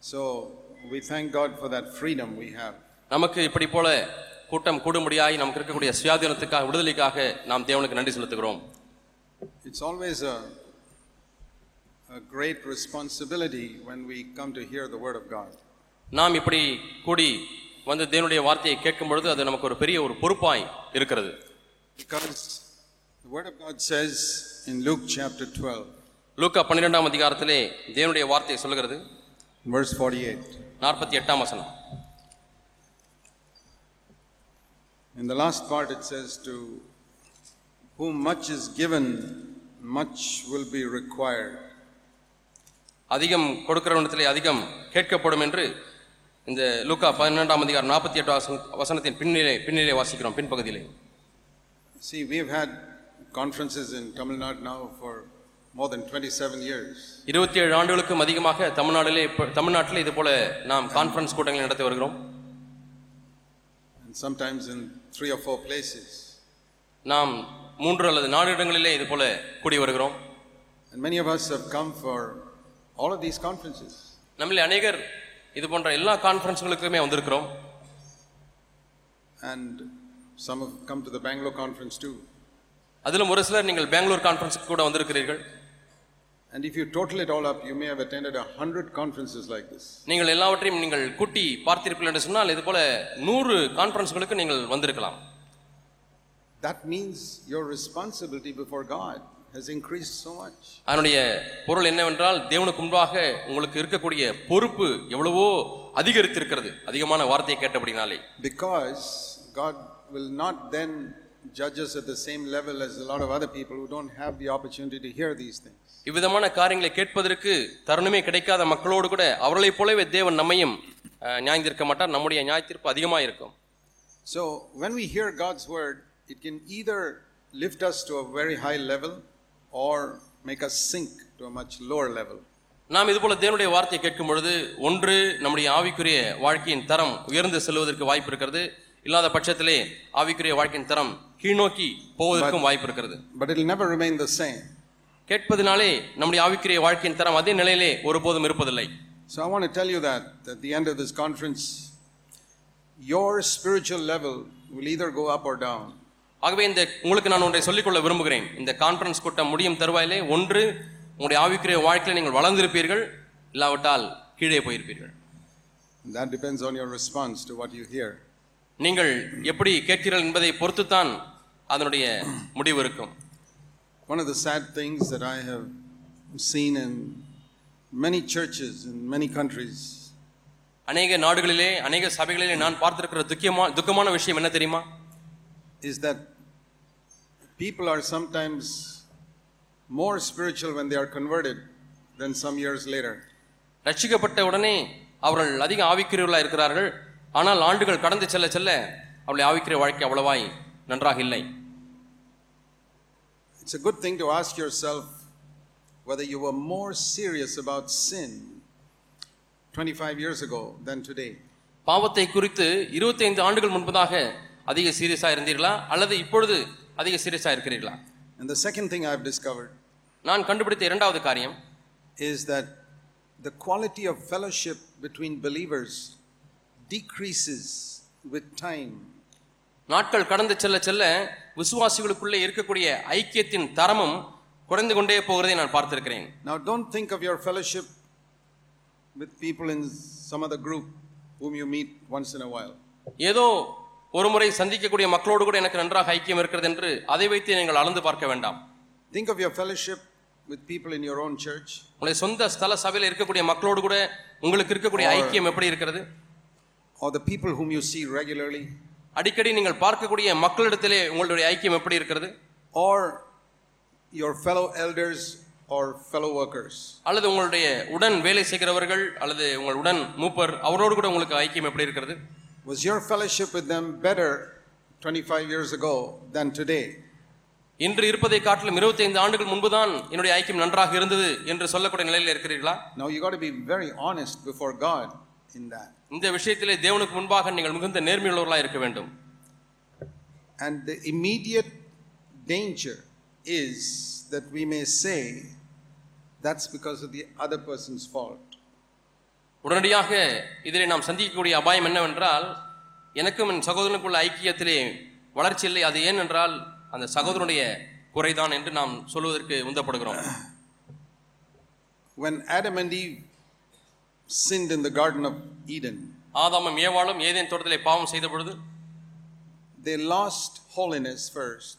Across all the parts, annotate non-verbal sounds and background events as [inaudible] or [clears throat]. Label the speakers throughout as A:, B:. A: So we thank God for that freedom we have.
B: நமக்கு இப்படி போல கூட்டம் கூடும்படியாய் நமக்கு இருக்கக்கூடிய சுயாதீனத்துக்காக விடுதலைக்காக நாம் தேவனுக்கு நன்றி செலுத்துகிறோம்
A: It's always a, a great responsibility when we come to hear the Word of God.
B: நாம் இப்படி கூடி வந்து தேவனுடைய வார்த்தையை கேட்கும் பொழுது அது நமக்கு ஒரு பெரிய ஒரு பொறுப்பாய் இருக்கிறது
A: Because the Word of God says in Luke chapter 12,
B: லூக்கா பன்னிரெண்டாம் அதிகாரத்திலே தேவனுடைய வார்த்தையை சொல்கிறது
A: verse 48,
B: நாற்பத்தி எட்டாம் வசனம்
A: in the last part it says, To whom much is given, much will be required.
B: அதிகம் கொடுக்கிறவனிடத்திலே அதிகம் கேட்கப்படும் என்று இந்த லூக்கா பன்னிரெண்டாம் அதிகாரம் நாற்பத்தி எட்டு வசனத்தின் பின்னிலே பின்னிலே வாசிக்கிறோம் பின்பகுதியிலே
A: See, we've had conferences in Tamil Nadu now for more than 27 years.
B: இருபத்தி ஏழு ஆண்டுகளுக்கும் அதிகமாக தமிழ்நாட்டிலே இப்ப- தமிழ்நாட்டிலே இது போல நாம் கான்ஃபரன்ஸ் கூட்டங்களை நடத்தி வருகிறோம்
A: and sometimes in three or four places.
B: நாம் மூன்று அல்லது நான்கு இடங்களிலே இது போல கூடி வருகிறோம்
A: And many of us have come for all of these conferences.
B: நம்மில் அநேகர் இது போன்ற எல்லா கான்ஃபரன்ஸ்களுக்குமே வந்திருக்கிறோம்
A: And some have come to the Bangalore conference too.
B: அதிலும் ஒரு சிலர் நீங்கள் பெங்களூர் கான்ஃபரன்ஸுக்கு கூட வந்திருக்கிறீர்கள்
A: And if you total it all up, you may have attended a hundred conferences like this.
B: நீங்கள் எல்லாவற்றையும் நீங்கள் கூட்டி பார்த்திருப்பீர்கள் என்று சொன்னால் இது போல நூறு கான்ஃபரன்ஸ்களுக்கு நீங்கள் வந்திருக்கலாம்
A: That means your responsibility before God has increased so much.
B: அதனுடைய பொருள் என்னவென்றால் தேவனுக்கு முன்பாக உங்களுக்கு இருக்கக்கூடிய பொறுப்பு எவ்வளவோ அதிகரித்திருக்கிறது அதிகமான வார்த்தையை கேட்டபடினாலே
A: Because God will not then judge us at the same level as a lot of other people who don't have the opportunity to hear these things.
B: இவ்விதமான காரியங்களை கேட்பதற்கு தருணமே கிடைக்காத மக்களோடு கூட அவர்களைப் போலவே தேவன் நம்மையும் அஹ், நியாயந்திருக்க மாட்டார் நம்முடைய நியாயத்தீர்ப்பு அதிகமாக இருக்கும்
A: So when we hear God's word, it can either lift us to a very high level or make us sink to a much lower level.
B: நாம் இதுபோல தேவனுடைய வார்த்தையை கேட்கும் பொழுது ஒன்று நம்முடைய ஆவிக்குரிய வாழ்க்கையின் தரம் உயர்ந்து செல்வதற்கு வாய்ப்பு இருக்கிறது இல்லாத பட்சத்திலே ஆவிக்குரிய வாழ்க்கையின் தரம் கீழ்நோக்கி போவதற்கும் வாய்ப்பு இருக்கிறது
A: But it'll never remain the same.
B: கேட்பதினாலே நம்முடைய ஆவிக்குரிய வாழ்க்கையின் தரம் அதே நிலையிலே ஒருபோதும் இருப்பதில்லை
A: So I want to tell you that at the end of this conference, your spiritual level will either go up or down.
B: ஆகவே இந்த உங்களுக்கு நான் ஒன்றை சொல்லிக்கொள்ள விரும்புகிறேன் இந்த கான்ஃபரன்ஸ் கூட்டம் முடியும் தருவாயிலே ஒன்று உங்களுடைய ஆவிக்குரிய வாழ்க்கையில் நீங்கள் வளர்ந்திருப்பீர்கள் இல்லாவிட்டால் கீழே போயிருப்பீர்கள்
A: And that depends on your response to what you hear.
B: நீங்கள் எப்படி கேட்கிறீர்கள் என்பதை பொறுத்துத்தான் அதனுடைய முடிவு இருக்கும்
A: One of the sad things that I have seen in many churches in many countries
B: அநேக நாடுகளிலே அநேக சபைகளிலே நான் பார்த்திருக்கிற துக்கியமா துக்கமான விஷயம் என்ன தெரியுமா
A: is that people are sometimes more spiritual when they are converted than some years later.
B: ரட்சிக்கப்பட்ட உடனே அவர்கள் அதிக ஆவிக்குரியவர்களாக இருக்கிறார்கள் ஆனால் ஆண்டுகள் கடந்து செல்ல செல்ல அவளுடைய ஆவிக்குரிய வாழ்க்கை அவ்வளவாய் நன்றாக இல்லை
A: It's a good thing to ask yourself whether you were more serious about sin 25 years ago than today.
B: பாவத்தை குறித்து 25 ஆண்டுகள் முன்பதாக அதிக சீரியஸா இருந்தீர்களா அல்லது இப்பொழுது அதிக சீரியஸா இருக்கிறீர்களா
A: And the second thing I've discovered
B: நான் கண்டுபிடித்த இரண்டாவது காரியம்
A: is that the quality of fellowship between believers decreases with time.
B: நாட்கள் கடந்து செல்ல செல்ல விசுவாசிகளுக்குள்ளே இருக்கக்கூடிய ஐக்கியத்தின் தரமும் குறைந்து கொண்டே போகிறதை நான் பார்த்திருக்கிறேன்
A: Now, don't think of your fellowship with people in some other group whom you meet once in a while.
B: ஏதோ ஒரு முறை சந்திக்கக்கூடிய மக்களோடு கூட எனக்கு நன்றாக ஐக்கியம் இருக்கிறது என்று அதை வைத்து நீங்கள் அளந்து பார்க்க வேண்டாம்
A: Think of your fellowship with people in your own church
B: உங்களுடைய சொந்த ஸ்தல சபையில் இருக்கக்கூடிய மக்களோடு கூட உங்களுக்கு இருக்கக்கூடிய ஐக்கியம் எப்படி இருக்கிறது
A: or the people whom you see regularly
B: அடிக்கடி நீங்கள் பார்க்கக்கூடிய மக்களிடத்திலே உங்களுடைய ஐக்கியம் எப்படி இருக்கிறது
A: or your fellow elders or fellow workers.
B: அல்லது உங்களுடைய உடன் வேலை செய்கிறவர்கள் அல்லது உங்கள் உடன் மூப்பர் அவரோடு கூட உங்களுக்கு ஐக்கியம் எப்படி இருக்கிறது
A: Was your fellowship with them better 25 years ago than today?
B: இன்று இருப்பதை காட்டிலும் 25 ஆண்டுகள் முன்புதான் என்னுடைய ஐக்கியம் நன்றாக இருந்தது என்று சொல்லக்கூடிய நிலையில் இருக்கிறீர்களா
A: Now, you got to be very honest before God in that.
B: இந்த விஷயத்திலே தேவனுக்கு முன்பாக நீங்கள் மிகுந்த நேர்மையுள்ளவர்களாக இருக்க வேண்டும்
A: And the immediate danger is that we may say that's because of the other person's fault.
B: உடனடியாக இதிலே நாம் சந்திக்கக்கூடிய அபாயம் என்னவென்றால் எனக்கும் என் சகோதரனுக்குள்ள ஐக்கியத்திலே வளர்ச்சி இல்லை அது ஏன் என்றால் அந்த சகோதரனுடைய குறைதான் என்று நாம் சொல்வதற்கு உந்தப்படுகிறோம்
A: When Adam and Eve sinned in the Garden of Eden,
B: ஆதாமும் ஏவாளும் ஏதேன் தோட்டத்திலே பாவம் செய்த பொழுது
A: they lost holiness first.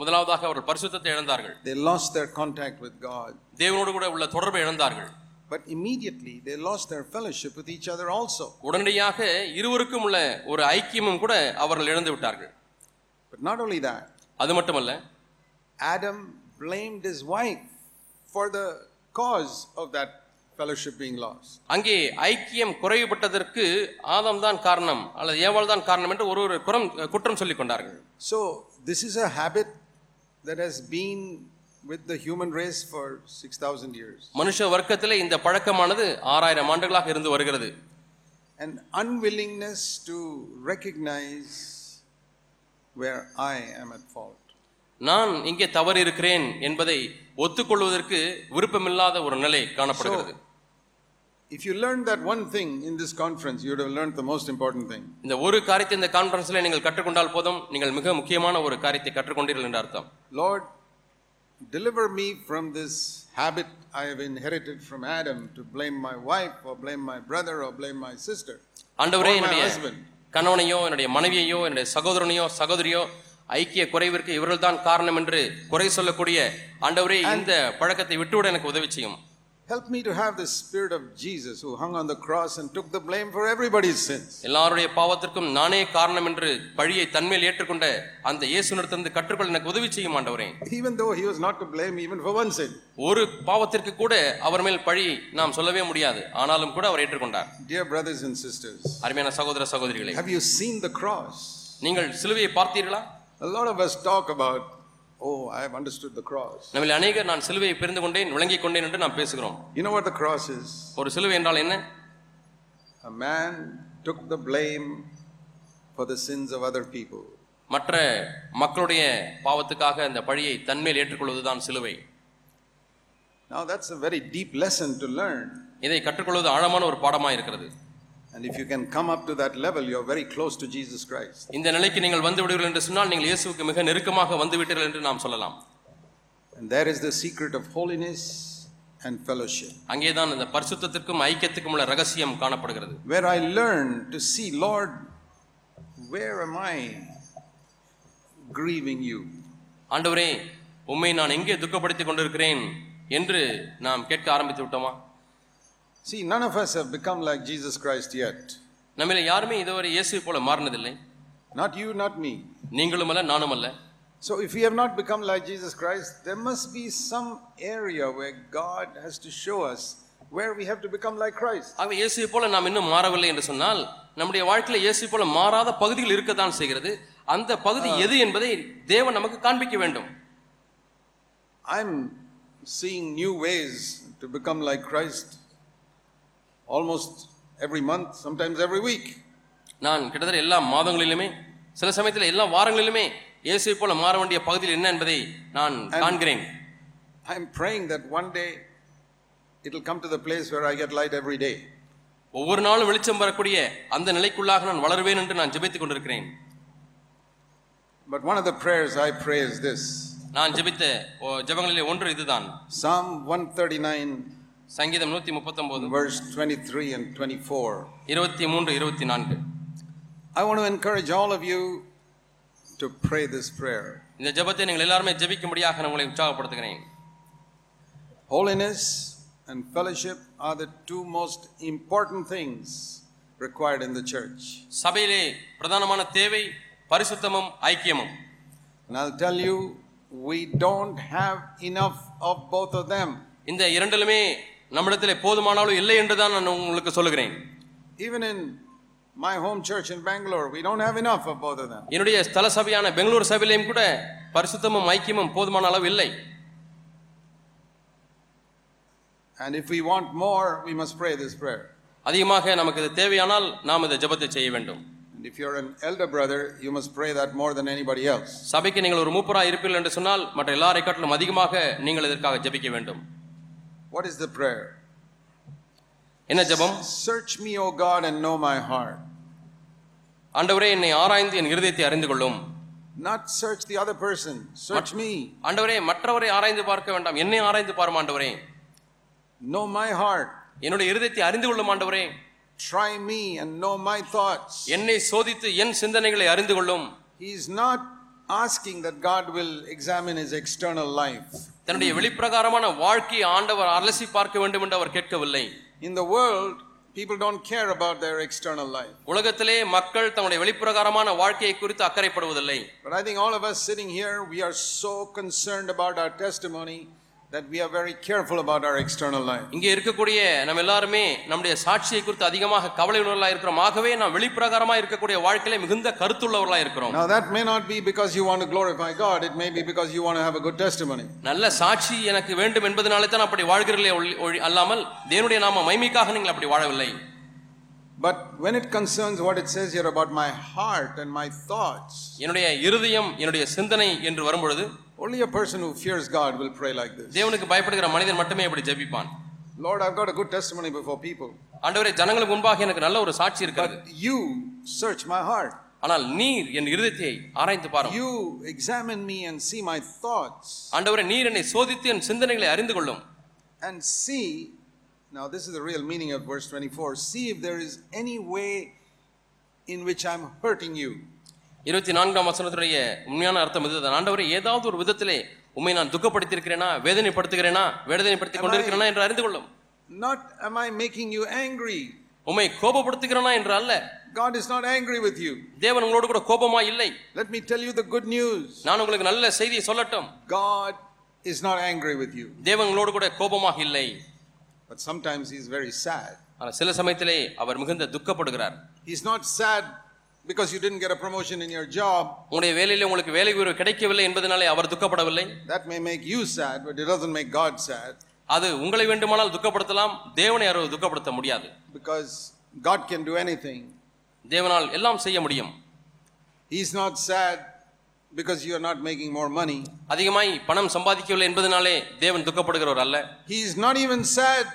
B: முதலாவதாக அவர்கள் பரிசுத்தத்தை இழந்தார்கள்
A: They lost their contact with God.
B: தேவனோடு கூட உள்ள தொடர்பை இழந்தார்கள்
A: But immediately they lost their fellowship with each other also.
B: உடனடியாக இருவருக்கும் உள்ள ஒரு ஐக்கியமும் கூட அவர்கள் இழந்து விட்டார்கள்
A: But not only that,
B: அது மட்டுமல்ல
A: Adam blamed his wife for the cause of that fellowship being lost.
B: அங்கே ஐக்கியம் குறைவுபட்டதற்கு ஆதாம் தான் காரணம் அல்லது ஏவாள் தான் காரணம் என்று ஒரு ஒரு குறம் குற்றம் சொல்லிக் கொண்டார்கள்
A: So, this is a habit that has been with the human race for 6,000 years.
B: மனுஷ வர்க்கத்திலே இந்த பழக்கமானது ஆறாயிரம் ஆண்டுகளாக இருந்து வருகிறது
A: An unwillingness to recognize where I am at fault.
B: நான் இங்கே தவறு இருக்கிறேன் என்பதை ஒத்துக்கொள்வதற்கு விருப்பமில்லாத ஒரு நிலை காணப்படுகிறது
A: If you learned that one thing in this conference, you would have learned the most important thing.
B: இந்த ஒரு காரியத்தை இந்த கான்ஃபரன்ஸ்ல நீங்கள் கற்றுக்கொண்டால் போதும் நீங்கள் மிக முக்கியமான ஒரு காரியத்தை கற்றுக்கொண்டீர்கள் என்று அர்த்தம்
A: Lord, deliver me from this habit I have inherited from Adam to blame my wife or blame my brother or blame my sister.
B: ஆண்டவரே
A: Or my
B: என்னுடைய
A: husband.
B: கணவனையோ என்னுடைய மனைவியையோ என்னுடைய சகோதரனையோ சகோதரியோ ஐக்கிய குறைவிற்கு இவர்கள்தான் காரணம் என்று குறை சொல்லக்கூடிய ஆண்டவரே இந்த பழக்கத்தை விட்டுவிட எனக்கு உதவி செய்யும்
A: Help me to have the spirit of Jesus who hung on the cross and took the blame for everybody's sins.
B: எல்லாருடைய பாவத்திற்கும் நானே காரணம் என்று பழியை தன்மேல் ஏற்றுக்கொண்ட அந்த இயேசுனிடத்திலிருந்து கற்றுக்கொள்ள எனக்கு உதவி செய்யும் ஆண்டவரே
A: Even though he was not to blame even for one sin.
B: ஒரு பாவத்திற்கு கூட அவர் மேல் பழி நாம் சொல்லவே முடியாது ஆனாலும் கூட அவர் ஏற்றுக்கொண்டார்
A: Dear brothers and sisters,
B: அருமையான சகோதர சகோதரிகளே
A: have you seen the cross?
B: நீங்கள் சிலுவையை பார்த்தீர்களா
A: A lot of us talk about, oh, I have understood the cross.
B: நம்மில் அநேகர் நான் சிலுவையை பிரிந்து கொண்டேன் விளங்கிக் கொண்டேன் என்று நாம் பேசுகிறோம்
A: You know what the cross is?
B: ஒரு சிலுவை என்றால் என்ன
A: A man took the blame for the sins of other people.
B: மற்ற மக்களுடைய பாவத்துக்காக அந்த பழியை தன்மேல் ஏற்றுக்கொள்வதுதான் சிலுவை
A: Now, that's a very deep lesson to learn.
B: இதை கற்றுக்கொள்வது ஆழமான ஒரு பாடமாக இருக்கிறது
A: And if you can come up to that level, you're very close to Jesus Christ.
B: இந்த நிலைக்கு நீங்கள் வந்து விடுவீர்கள் என்று சொன்னால் நீங்கள் இயேசுவுக்கு மிக நெருக்கமாக வந்து விட்டீர்கள் என்று நாம் சொல்லலாம்
A: And there is the secret of holiness and fellowship,
B: அங்கேதான் இந்த பரிசுத்தத்திற்கும் ஐக்கியத்துக்கும் உள்ள ரகசியம் காணப்படுகிறது
A: where I learn to see, Lord, where am I grieving you?
B: ஆண்டவரே உம்மை நான் எங்கே துக்கப்படுத்திக் கொண்டிருக்கிறேன் என்று நாம் கேட்க ஆரம்பித்து விட்டோமா
A: See, none of us have become like Jesus Christ yet.
B: நம்மில யாருமே இதுவரை இயேசுவை போல மாறினதில்லை
A: Not you, not me.
B: நீங்களும் அல்ல நானும் அல்ல
A: So, if we have not become like Jesus Christ, there must be some area where God has to show us where we have to become like Christ.
B: ஆகவே இயேசுவை போல நாம் இன்னும் மாறவில்லை என்று சொன்னால் நம்முடைய வாழ்க்கையில இயேசுவை போல மாறாத பகுதிகள் இருக்கத்தான் செய்கிறது அந்த பகுதி எது என்பதை தேவன் நமக்கு காண்பிக்க வேண்டும்
A: I'm seeing new ways to become like Christ almost every month, sometimes every week.
B: நான் கிட்டத்தட்ட எல்லா மாதங்களிலுமே சில சமயத்தில் எல்லா வாரங்களிலுமே இயேசுவை போல மாற வேண்டிய பகுதியில் என்ன என்பதை நான் காண்கிறேன்
A: I'm praying that one day it'll come to the place where I get light every day.
B: ஒவ்வொரு நாளும் வெளிச்சம் வரக்கூடிய அந்த நிலைக்குள்ளாக நான் வளருவேன் என்று நான் ஜெபித்துக் கொண்டிருக்கிறேன்
A: But one of the prayers I pray is this
B: நான் ஜெபித்த ஒ- ஜெபங்களிலே ஒன்று இதுதான்
A: Psalm 139,
B: சங்கீதம் நூத்தி முப்பத்தொன்பது
A: verse 23 and 24.
B: இருபத்தி மூன்று இருபத்தி நான்கு
A: I want to encourage all of you to pray this prayer.
B: இந்த ஜெபத்தை நீங்கள் எல்லாருமே ஜெபிக்கும்படியாக நான் உங்களை உற்சாகப்படுத்துகிறேன்
A: Holiness and fellowship are the two most important things required in the church.
B: சபையிலே பிரதானமான தேவை பரிசுத்தமும் ஐக்கியமும்
A: And I'll tell you, we don't have enough of both of them.
B: இந்த இரண்டிலுமே நம்மிடத்திலே போதுமான அளவு இல்லை என்று தான் நான் உங்களுக்கு சொல்லுகிறேன்
A: Even in my home church in Bangalore, we don't have enough of both of them.
B: என்னுடைய ஸ்தல சபையான பெங்களூர் சபையிலையும் கூட பரிசுத்தமும் ஐக்கியமும் போதுமான அளவு இல்லை
A: And if we want more, we must pray this prayer.
B: அதிகமாக நமக்கு இது தேவையானால் நாம் இந்த ஜெபத்தை செய்ய வேண்டும்
A: And if you're an elder brother, you must pray that more than anybody else.
B: சபைக்கு நீங்கள் ஒரு மூப்பராக இருப்பீர்கள் என்று சொன்னால் மற்ற எல்லாரை காட்டிலும் அதிகமாக நீங்கள் இதற்காக ஜெபிக்க வேண்டும்
A: What is the prayer?
B: என்ன ஜெபம்
A: Search me, O God, and know my heart.
B: ஆண்டவரே என்னை ஆராய்ந்து என் இருதயத்தை அறிந்து கொள்ளும்
A: Not search the other person, search me.
B: ஆண்டவரே மற்றவரை ஆராய்ந்து பார்க்க வேண்டாம் என்னை ஆராய்ந்து பாரும் ஆண்டவரே
A: Know my heart.
B: என்னுடைய இருதயத்தை அறிந்து கொள்ளும் ஆண்டவரே
A: Try me and know my thoughts.
B: என்னை சோதித்து என் சிந்தனைகளை அறிந்து கொள்ளும்
A: He's not asking that God will examine his external life.
B: தன்னுடைய வெளிப்பிரகாரமான வாழ்க்கையை ஆண்டவர் அலசி பார்க்க வேண்டும் என்று அவர் கேட்கவில்லை
A: In the world, people don't care about their external life.
B: உலகத்திலே மக்கள் தங்களுடைய வெளிப்பிரகாரமான வாழ்க்கையை குறித்து அக்கறைப்படுவதில்லை
A: But I think all of us sitting here, we are so concerned about our testimony that we are very careful about our external life.
B: இங்கே இருக்கக்கூடிய நம்ம எல்லாருமே நம்முடைய சாட்சியை குறித்து அதிகமாக கவலை உள்ளவர்களாக இருக்கிறோம் ஆகவே நாம் வெளிப்பிரகாரமா இருக்கக்கூடிய வாழ்க்கையில மிகுந்த கருத்துள்ளவர்களாக இருக்கிறோம்
A: Now, that may not be because you want to glorify God, it may be because you want to have a good testimony.
B: நல்ல சாட்சி எனக்கு வேண்டும் என்பதனாலே தான் அப்படி வாழ்கிறீர்களே ஒழி- ஒழி- அல்லாமல் தேவனுடைய நாம மைமைக்காக நீங்கள் அப்படி வாழவில்லை
A: But when it concerns what it says here about my heart and my thoughts,
B: என்னுடைய இருதயம் என்னுடைய சிந்தனை என்று வரும்பொழுது
A: only a person who fears God will pray like this
B: தேவனுக்கு பயப்படுகிற மனிதன் மட்டுமே இப்படி ஜெபிப்பான்
A: Lord, I've got a good testimony before people,
B: ஆண்டவரே ஜனங்களுக்கு முன்பாக எனக்கு நல்ல ஒரு சாட்சி இருக்கிறது
A: but you search my heart.
B: ஆனால் நீர் என் இருதயத்தை ஆராய்ந்து பாரும்
A: You examine me and see my thoughts
B: ஆண்டவரே நீர் என்னை சோதித்து என் சிந்தனைகளை அறிந்து கொள்ளும்
A: and see. Now, this is the real meaning of verse 24 see if there is any way in which I'm hurting you.
B: இருபத்தி நான்காம் வசனத்துடைய உண்மையான அர்த்தம் இதுதான் ஆண்டவரே ஏதாவது ஒரு விதத்திலே உண்மை நான் துக்கப்படுத்தியிருக்கிறேனா வேதனைப்படுத்துகிறேனா வேதனைப்படுத்திக் கொண்டிருக்கிறேனா என்று அறிந்து கொள்ளும்
A: Not am I making you angry.
B: உம்மை கோபப்படுத்துகிறேனா என்று அல்ல
A: God is not angry with you.
B: தேவன் உங்களோடு கூட கோபமா இல்லை
A: Let me tell you the good news
B: நான் உங்களுக்கு நல்ல செய்தியை சொல்லட்டும்
A: God is not angry with you.
B: தேவன் உங்களோடு கூட கோபமாக இல்லை
A: But sometimes He's very sad.
B: ஆனால் சில சமயத்திலே அவர் மிகுந்த துக்கப்படுகிறார்
A: He's not sad because you didn't get a promotion in your job.
B: உங்களுடைய வேலையிலே உங்களுக்கு வேலை உயர்வு கிடைக்கவில்லை என்பதனாலே அவர் துக்கப்படவில்லை
A: That may make you sad, but it doesn't make God sad
B: அது உங்களை வேண்டுமானால் துக்கப்படுத்தலாம் தேவனை யாரும் துக்கப்படுத்த முடியாது
A: because God can do anything.
B: தேவனால் எல்லாம் செய்ய முடியும்
A: He's not sad because you're not making more money.
B: அதிகமாய் பணம் சம்பாதிக்கவில்லை என்பதனாலே தேவன் துக்கப்படுகிறவர் அல்ல
A: He's not even sad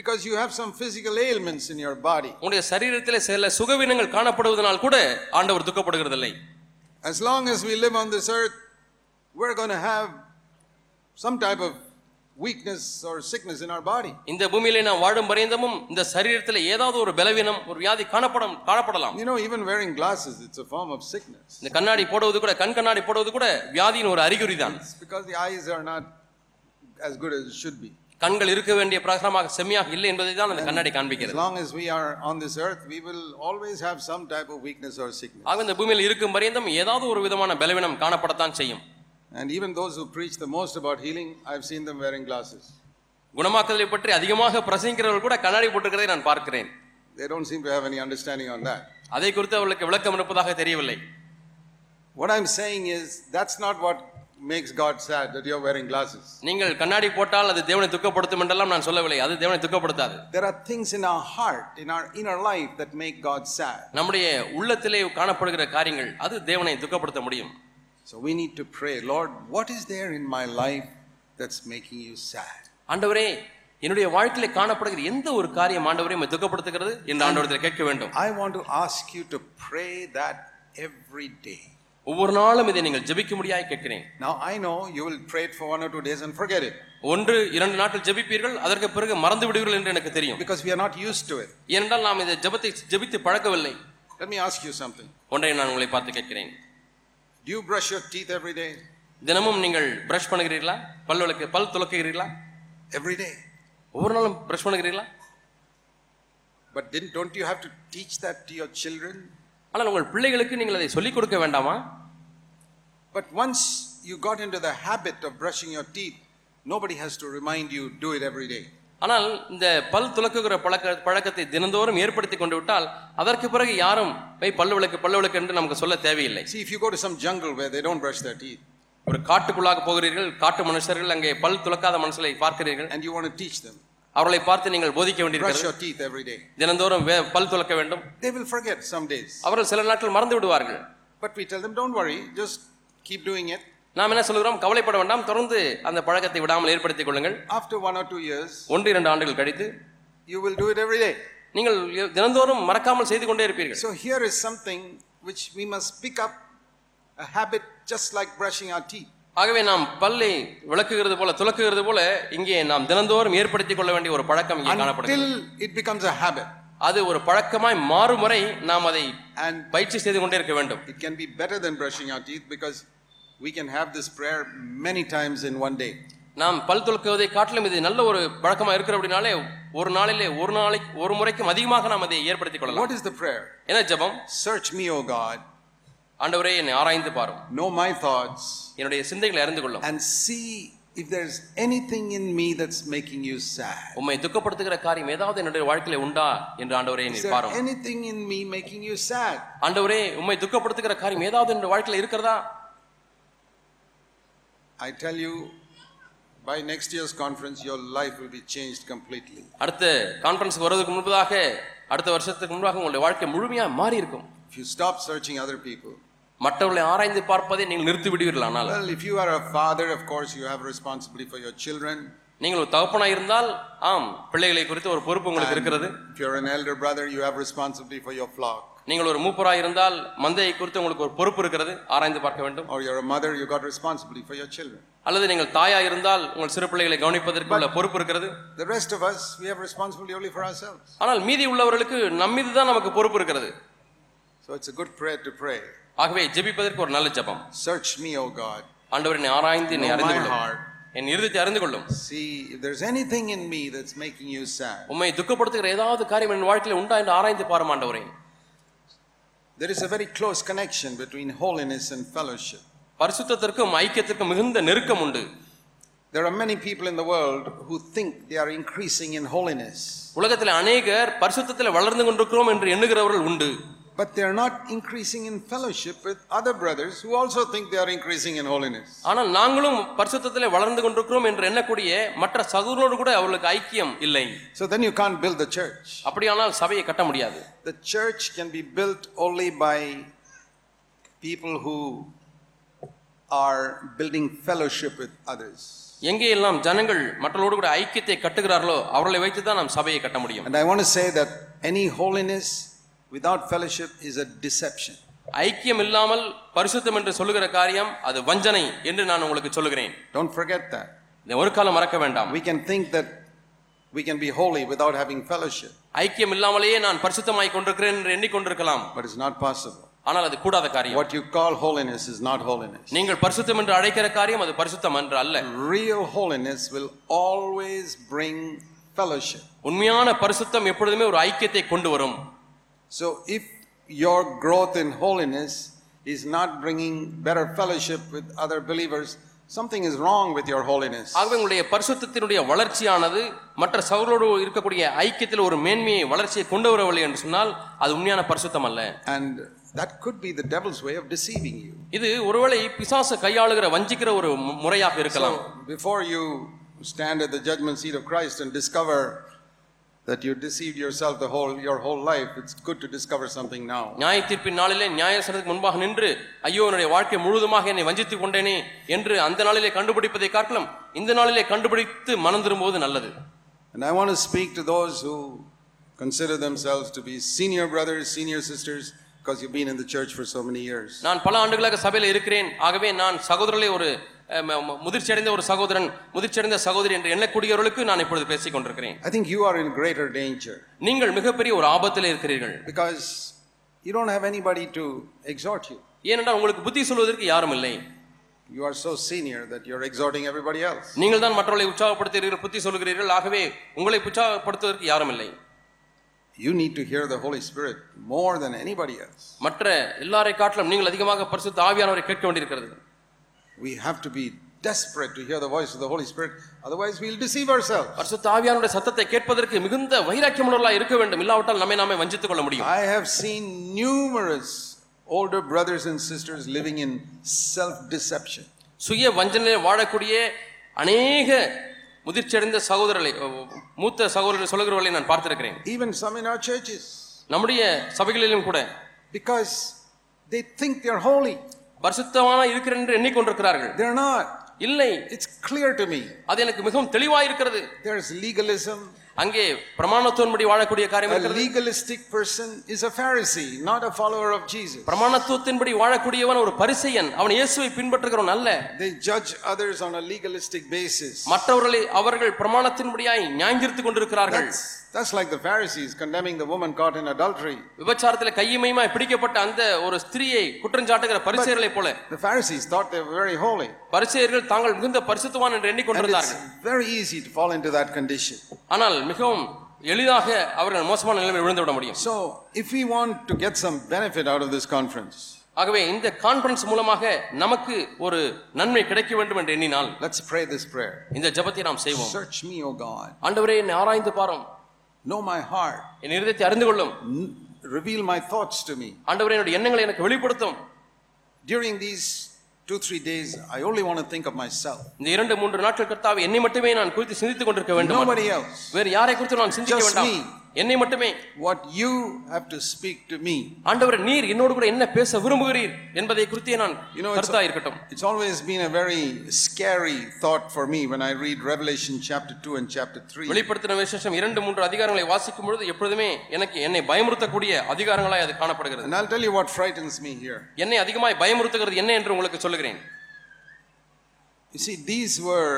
A: because you have some physical ailments in your body.
B: உங்களுடைய சரீரத்திலே சில சுகவீனங்கள் காணப்படுவதனால் கூட ஆண்டவர் துக்கப்படுகிறதில்லை
A: As long as we live on this earth, we're going to have some type of weakness or sickness in our body.
B: இந்த பூமியிலே நாம் வாழும் பரியந்தமும் இந்த சரீரத்திலே ஏதாவது ஒரு பலவீனம் ஒரு வியாதி காணப்படும் காணப்படலாம்
A: You know, even wearing glasses, it's a form of sickness.
B: இந்த கண்ணாடி போடுவது கூட கண் கண்ணாடி போடுவது கூட வியாதியின் ஒரு அறிகுறி தான்
A: It's because the eyes are not as good as it should be.
B: கண்கள் இருக்க வேண்டிய பிரகாரமாக செம்மையாக இல்லை என்பதை தான் அந்த கண்ணாடி
A: As
B: காண்பிக்கிறது
A: long as we are on this earth, we will always have some type of weakness or sickness.
B: ஆக இந்த பூமியில் இருக்கும் பரியந்தம் ஏதாவது ஒரு விதமான பலவீனம் காணப்படத்தான் செய்யும்
A: And even those who preach the most about healing, I've seen them wearing glasses.
B: குணமாக்குதலை பற்றி அதிகமாக பிரசங்கிக்கிறவர்கள் கூட கண்ணாடி போட்டிருக்கிறதை நான் பார்க்கிறேன்
A: They don't seem to have any understanding on that.
B: அதை குறித்து அவர்களுக்கு விளக்கம் இருப்பதாக தெரியவில்லை
A: What I'm saying is, that's not what makes God sad that you're wearing glasses.
B: நீங்கள் கண்ணாடி போட்டால் அது தேவனை துக்கப்படுத்தும் என்றெல்லாம் நான் சொல்லவில்லை அது தேவனை துக்கப்படுத்தாது
A: There are things in our heart, in our inner life, that make God sad.
B: நம்முடைய உள்ளத்திலே காணப்படுகிற காரியங்கள் அது தேவனை துக்கப்படுத்த முடியும்
A: So we need to pray, Lord, what is there in my life that's making you sad?
B: ஆண்டவரே என்னுடைய வாழ்க்கையிலே காணப்படுகிற எந்த ஒரு காரியம் ஆண்டவரையும் என்னை துக்கப்படுத்துகிறது என்று ஆண்டவரத்தில் கேட்க வேண்டும்
A: I want to ask you to pray that every day.
B: ஒவ்வொரு நாளும் இதை நீங்கள் ஜெபிக்க முடியாய் கேட்கிறேன்
A: Now, I know you will pray it for one or two days and forget it
B: ஒன்று இரண்டு நாட்கள் ஜெபிப்பீர்கள் அதற்கு பிறகு மறந்து விடுவீர்கள் என்று எனக்கு தெரியும்
A: because we are not used to it.
B: ஏனென்றால் நாம் இதை ஜெபத்தை ஜெபித்து பழக்கவில்லை
A: Let me ask you something.
B: ஒன்றை நான் உங்களை பார்த்து கேட்கிறேன்
A: Do you brush your teeth every day?
B: தினமும் நீங்கள் பிரஷ் பண்ணுகிறீர்களா பல் விளக்கு பல் துலக்குகிறீர்களா
A: Every day.
B: ஒவ்வொரு நாளும் பிரஷ் பண்ணுகிறீர்களா
A: But didn't, don't you have to teach that to your children?
B: ஆனால் உங்கள் பிள்ளைகளுக்கு நீங்கள் அதை சொல்லிக் கொடுக்க வேண்டாமா
A: But once you got into the habit of brushing your teeth, nobody has to remind you, do it every day.
B: ஆனால் இந்த பல் துலக்குகிற பழக்க பழக்கத்தை தினந்தோறும் ஏற்படுத்தி கொண்டு விட்டால் அதற்கு பிறகு யாரும் போய் பல் விளக்கு பல் விளக்கு என்று நமக்கு சொல்ல தேவையில்லை
A: See, if you go to some jungle where they don't brush their teeth
B: ஒரு காட்டுக்குள்ளாக போகிறீர்கள் காட்டு மனுஷர்கள் அங்கே பல் துலக்காத மனுஷரை பார்க்கிறீர்கள்
A: and you want to teach them,
B: அவர்களை பார்த்து நீங்கள் போதிக்க
A: brush
B: வேண்டியிருக்கிறது
A: your teeth every day.
B: தினந்தோறும் வே- பல் துலக்க வேண்டும்
A: They will forget some days.
B: அவர்கள் சில நாட்கள் மறந்து விடுவார்கள்
A: But we tell them, don't worry, just keep doing it.
B: நாம் என்ன சொல்கிறோம் கவலைப்பட வேண்டாம் தொடர்ந்து அந்த பழக்கத்தை விடாமல் ஏற்படுத்திக் கொள்ளுங்கள்
A: After one or two years,
B: ஒன்று இரண்டு ஆண்டுகள் கழித்து
A: you will do it every day.
B: நீங்கள் தினந்தோறும் மறக்காமல் செய்து கொண்டே இருப்பீர்கள்
A: So here is something which we must pick up a habit just like brushing our teeth.
B: ஆகவே நாம் பல்லை விளக்குகிறது போல துலக்குகிறது போல இங்கே நாம் தினந்தோறும் ஏற்படுத்திக் கொள்ள வேண்டிய ஒரு பழக்கம் இங்கே காணப்படுகிறது
A: Until it becomes a habit.
B: அது ஒரு பழக்கமாய் மாறும் வரை நாம் அதை
A: And
B: பயிற்சி செய்து கொண்டே இருக்க வேண்டும்
A: it can be better than brushing our teeth because we can have this prayer many times in one day.
B: நாம் பல் துலக்குவதை காட்டிலும் இது நல்ல ஒரு பழக்கமா இருக்கிற அப்படின்னாலே ஒரு நாளிலே ஒரு நாளைக்கு ஒரு முறைக்கும் அதிகமாக நாம் அதை ஏற்படுத்திக் கொள்ளலாம்
A: What is the prayer?
B: என்ன ஜெபம்
A: Search me, O God,
B: ஆண்டவரே என்னை ஆராய்ந்து பாரும்
A: know my thoughts,
B: என்னுடைய சிந்தைகளை அறிந்து கொள்ளும்
A: and see if there's anything in me that's making you sad.
B: உம்மை துக்கப்படுத்துகிற காரியம் ஏதாவது என்னுடைய வாழ்க்கையில உண்டா என்று ஆண்டவரே
A: Is
B: நீர்
A: there
B: பாரும்
A: anything in me making you sad?
B: ஆண்டவரே உம்மை துக்கப்படுத்துகிற காரியம் ஏதாவது என்னுடைய வாழ்க்கையில இருக்கிறதா
A: I tell you, by next year's conference, your life will be changed completely.
B: அடுத்த கான்ஃபரன்ஸ்க்கு வர்றதுக்கு முன்பதாக அடுத்த வருஷத்துக்கு முன்பாக உங்களுடைய வாழ்க்கை முழுமையா மாறி இருக்கும்
A: If you stop searching other people,
B: மற்றவர்களை ஆராய்ந்து பார்ப்பதை நீங்கள் நிறுத்தி விடுவீர்கள் ஆனால்
A: well, if you are a father, of course, you have responsibility for your children.
B: நீங்கள் ஒரு தகப்பனா இருந்தால் ஆம் பிள்ளைகளை குறித்து ஒரு பொறுப்பு உங்களுக்கு இருக்கிறது
A: If you're an elder brother, you have responsibility for your flock.
B: நீங்கள் ஒரு மூப்பராக இருந்தால் மந்தையை குறித்து உங்களுக்கு ஒரு பொறுப்பு இருக்கிறது ஆராய்ந்து பார்க்க வேண்டும்
A: Or you're a mother, you got responsibility for your children.
B: அல்லது நீங்கள் தாயா இருந்தால் உங்கள் சிறு பிள்ளைகளை கவனிப்பதற்கு உள்ள பொறுப்பு இருக்கிறது
A: The rest of us, we have responsibility only for ourselves.
B: ஆனால் மீதி உள்ளவர்களுக்கு நம்மீது தான் நமக்கு பொறுப்பு இருக்கிறது
A: So it's a good prayer to pray.
B: ஆகவே ஜெபிப்பதற்கு ஒரு நல்ல ஜெபம்
A: Search me, O God.
B: ஆண்டவர் என்னை ஆராய்ந்து என்னை
A: Know
B: அறிந்து
A: my
B: கொள்ளும்
A: heart.
B: என் இருதயத்தை அறிந்து கொள்ளும்
A: See if there's anything in me that's making you sad.
B: உம்மை துக்கப்படுத்துகிற ஏதாவது காரியம் என் வாழ்க்கையில உண்டா என்று ஆராய்ந்து பாரும் ஆண்டவரே
A: There is a very close connection between holiness and fellowship.
B: பரிசுத்தத்திற்கும் ஐக்கியத்திற்கும் மிகுந்த நெருக்கம் உண்டு
A: There are many people in the world who think they are increasing in holiness,
B: உலகத்தில் அநேகர் பரிசுத்தத்தில் வளர்ந்து கொண்டிருக்கிறோம் என்று எண்ணுகிறவர்கள் உண்டு
A: but they are not increasing in fellowship with other brothers who also think they are increasing in holiness.
B: ஆனால் நாங்களும் பரிசுத்தத்திலே வளர்ந்து கொண்டிருக்கிறோம் என்று எண்ணக்கூடிய மற்ற சகோதரோடு கூட அவர்களுக்கு ஐக்கியம் இல்லை
A: So then you can't build the church.
B: அப்படியானால் சபையை கட்ட முடியாது
A: The church can be built only by people who are building fellowship with others.
B: எங்கேயெல்லாம் ஜனங்கள் மற்றவர்களோடு கூட ஐக்கியத்தை கட்டுகிறார்களோ அவர்களை வைத்து தான் நாம் சபையை கட்ட முடியும்
A: And I want to say that any holiness without fellowship is a deception.
B: ஐக்கியம் இல்லாமல் பரிசுத்தம் என்று சொல்லுகிற காரியம் அது வஞ்சனை என்று நான் உங்களுக்கு சொல்லுகிறேன்
A: Don't forget that.
B: இதை ஒரு காலம் மறக்க வேண்டாம்
A: We can think that we can be holy without having fellowship,
B: ஐக்கியம் இல்லாமலேயே நான் பரிசுத்தமாய் கொண்டிருக்கிறேன் என்று எண்ணிக்கொண்டிருக்கலாம்
A: but it's not possible.
B: ஆனால் அது கூடாத காரியம்
A: What you call holiness is not holiness.
B: நீங்கள் பரிசுத்தம் என்று அழைக்கிற காரியம் அது பரிசுத்தம் என்று அல்ல
A: Real holiness will always bring fellowship.
B: உண்மையான பரிசுத்தம் எப்பொழுதுமே ஒரு ஐக்கியத்தை கொண்டு வரும்
A: So if your growth in holiness is not bringing better fellowship with other believers, something is wrong with your holiness.
B: ஆகவே உங்களுடைய பரிசுத்தத்தினுடைய வளர்ச்சியானது மற்ற சகோதரோடு இருக்கக்கூடிய ஐக்கியத்தில் ஒரு மேன்மையை வளர்ச்சியை கொண்டு வரவில்லை என்று சொன்னால் அது உண்மையான பரிசுத்தம் அல்ல
A: And that could be the devil's way of deceiving you.
B: இது ஒருவேளை பிசாசு கையாளுகிற வஞ்சிக்கிற ஒரு மு- முறையாக இருக்கலாம்
A: So before you stand at the judgment seat of Christ and discover that you deceived yourself the whole your whole life, it's good to discover something now.
B: நியாய தீர்ப்பின் நாளிலே நியாயசனத்துக்கு முன்பாக நின்று ஐயோ என்னுடைய வாழ்க்கை முழுவதுமாக என்னை வஞ்சித்துக் கொண்டேனே என்று அந்த நாளிலே கண்டுபிடிப்பதை காட்டிலும் இந்த நாளிலே கண்டுபிடித்து மனம் திரும்புவது நல்லது
A: And I want to speak to those who consider themselves to be senior brothers, senior sisters, because you've been in the church for so many years.
B: நான் பல ஆண்டுகளாக சபையில் இருக்கிறேன் ஆகவே நான் சகோதரர்களே ஒரு அஹ், ம- ம- முதிர்ச்சியடைந்த ஒரு சகோதரன் முதிர்ச்சியடைந்த சகோதரி என்று எண்ணக்கூடியவர்களுக்கு நான் இப்பொழுது பேசிக் கொண்டிருக்கிறேன்
A: I think you are in greater danger
B: நீங்கள் மிகப்பெரிய ஒரு ஆபத்தில் இருக்கிறீர்கள்
A: because you don't have anybody to exhort you.
B: ஏனென்றால் உங்களுக்கு புத்தி சொல்வதற்கு யாரும் இல்லை
A: You are so senior that you're exhorting everybody else.
B: நீங்கள் தான் மற்றவர்களை உற்சாகப்படுத்துகிறீர்கள் புத்தி சொல்கிறீர்கள் ஆகவே உங்களை உற்சாகப்படுத்துவதற்கு யாரும் இல்லை
A: You need to hear the Holy Spirit more than anybody else.
B: மற்ற எல்லாரை காட்டிலும் நீங்கள் அதிகமாக பரிசுத்த ஆவியானவரை கேட்க வேண்டியிருக்கிறது
A: We have to be desperate to hear the voice of the Holy Spirit, otherwise, we'll deceive ourselves.
B: பரிசுத்த ஆவியானுடைய சத்தத்தை கேட்பதற்கு மிகுந்த வைராக்கியமுள்ளவர்களாக இருக்க வேண்டும் இல்லாவிட்டால் நம்மை நாமே வஞ்சித்துக் கொள்ள முடியும்
A: I have seen numerous older brothers and sisters living in self deception.
B: சுய வஞ்சனையில் வாழக்கூடிய அநேக முதிர்ச்சியடைந்த சகோதரர்களை மூத்த சகோதரர்களை சொல்கிறவர்களை நான் பார்த்திருக்கிறேன்
A: even some in our churches,
B: நம்முடைய சபைகளிலும் கூட
A: because they think they're holy.
B: பரிசுத்தமான இருக்கிறேன் என்று எண்ணிக்கொண்டிருக்கிறார்கள்
A: They're not.
B: இல்லை
A: It's clear to me.
B: அது எனக்கு மிகவும் தெளிவாக இருக்கிறது
A: There's legalism,
B: அங்கே பிரமாணத்தின்படி வாழக்கூடிய காரியம்
A: A
B: இருக்கிறது
A: legalistic person is a Pharisee, not a follower of Jesus.
B: பிரமாணத்துவத்தின்படி வாழக்கூடியவன் ஒரு பரிசையன் அவன் இயேசுவை பின்பற்றுகிறவன் அல்ல
A: They judge others on a legalistic basis.
B: மற்றவர்களை அவர்கள் பிரமாணத்தின்படியாய் நியாயந்திருத்துக் கொண்டிருக்கிறார்கள்
A: That's, that's like the Pharisees condemning the woman caught in adultery.
B: விபச்சாரத்தில் கையுமையுமாய் பிடிக்கப்பட்ட அந்த ஒரு ஸ்திரியை குற்றஞ்சாட்டுகிற பரிசெயர்களைப் போல
A: The Pharisees thought they were very holy.
B: பரிசெயர்கள் தாங்கள் மிகுந்த பரிசுத்தவான் என்று
A: And it's
B: எண்ணிக்கொண்டிருந்தார்கள்
A: very easy to fall into that condition.
B: ஆனால் மிகவும் எளிதாக அவர்கள் மோசமான நிலைமை விழுந்து விட முடியும்
A: So, if we want to get some benefit out of this conference,
B: ஆகவே இந்த கான்ஃபரன்ஸ் மூலமாக நமக்கு ஒரு நன்மை கிடைக்க வேண்டும் என்று எண்ணினால்
A: let's pray this prayer
B: இந்த ஜெபத்தை நாம் செய்வோம்
A: Search me, O God,
B: ஆண்டவரே என்னை ஆராய்ந்து பாரும்
A: know my heart,
B: என் இருதயத்தை அறிந்து கொள்ளும்
A: N- reveal my thoughts to me.
B: ஆண்டவரே என்னுடைய எண்ணங்களை எனக்கு வெளிப்படுத்தும்
A: During these two, three days, I only want to think of myself,
B: இந்த இரண்டு மூன்று நாட்கள் கர்த்தாவே என்னை மட்டுமே நான் குறித்து சிந்தித்துக் கொண்டிருக்க வேண்டும்
A: nobody else.
B: வேறு யாரை குறித்து நான் சிந்திக்க
A: Just
B: வேண்டாம்
A: me.
B: என்னை மட்டுமே
A: What you have to speak to me.
B: ஆண்டவரே நீர் என்னோடு கூட என்ன பேச விரும்புகிறீர் என்பதை குறித்தே நான்
A: You know, it's-
B: கருத்தா இருக்கட்டும்
A: It's always been a very scary thought for me when I read Revelation chapter 2 and chapter 3.
B: வெளிப்படுத்தின விசேஷம் இரண்டு மூன்று அதிகாரங்களை வாசிக்கும் பொழுது எப்பொழுதுமே எனக்கு என்னை பயமுறுத்தக்கூடிய அதிகாரங்களாய் அது காணப்படுகிறது
A: And I'll tell you what frightens me here.
B: என்னை அதிகமாய் பயமுறுத்துகிறது என்ன என்று உங்களுக்கு சொல்லுகிறேன்
A: You see, these were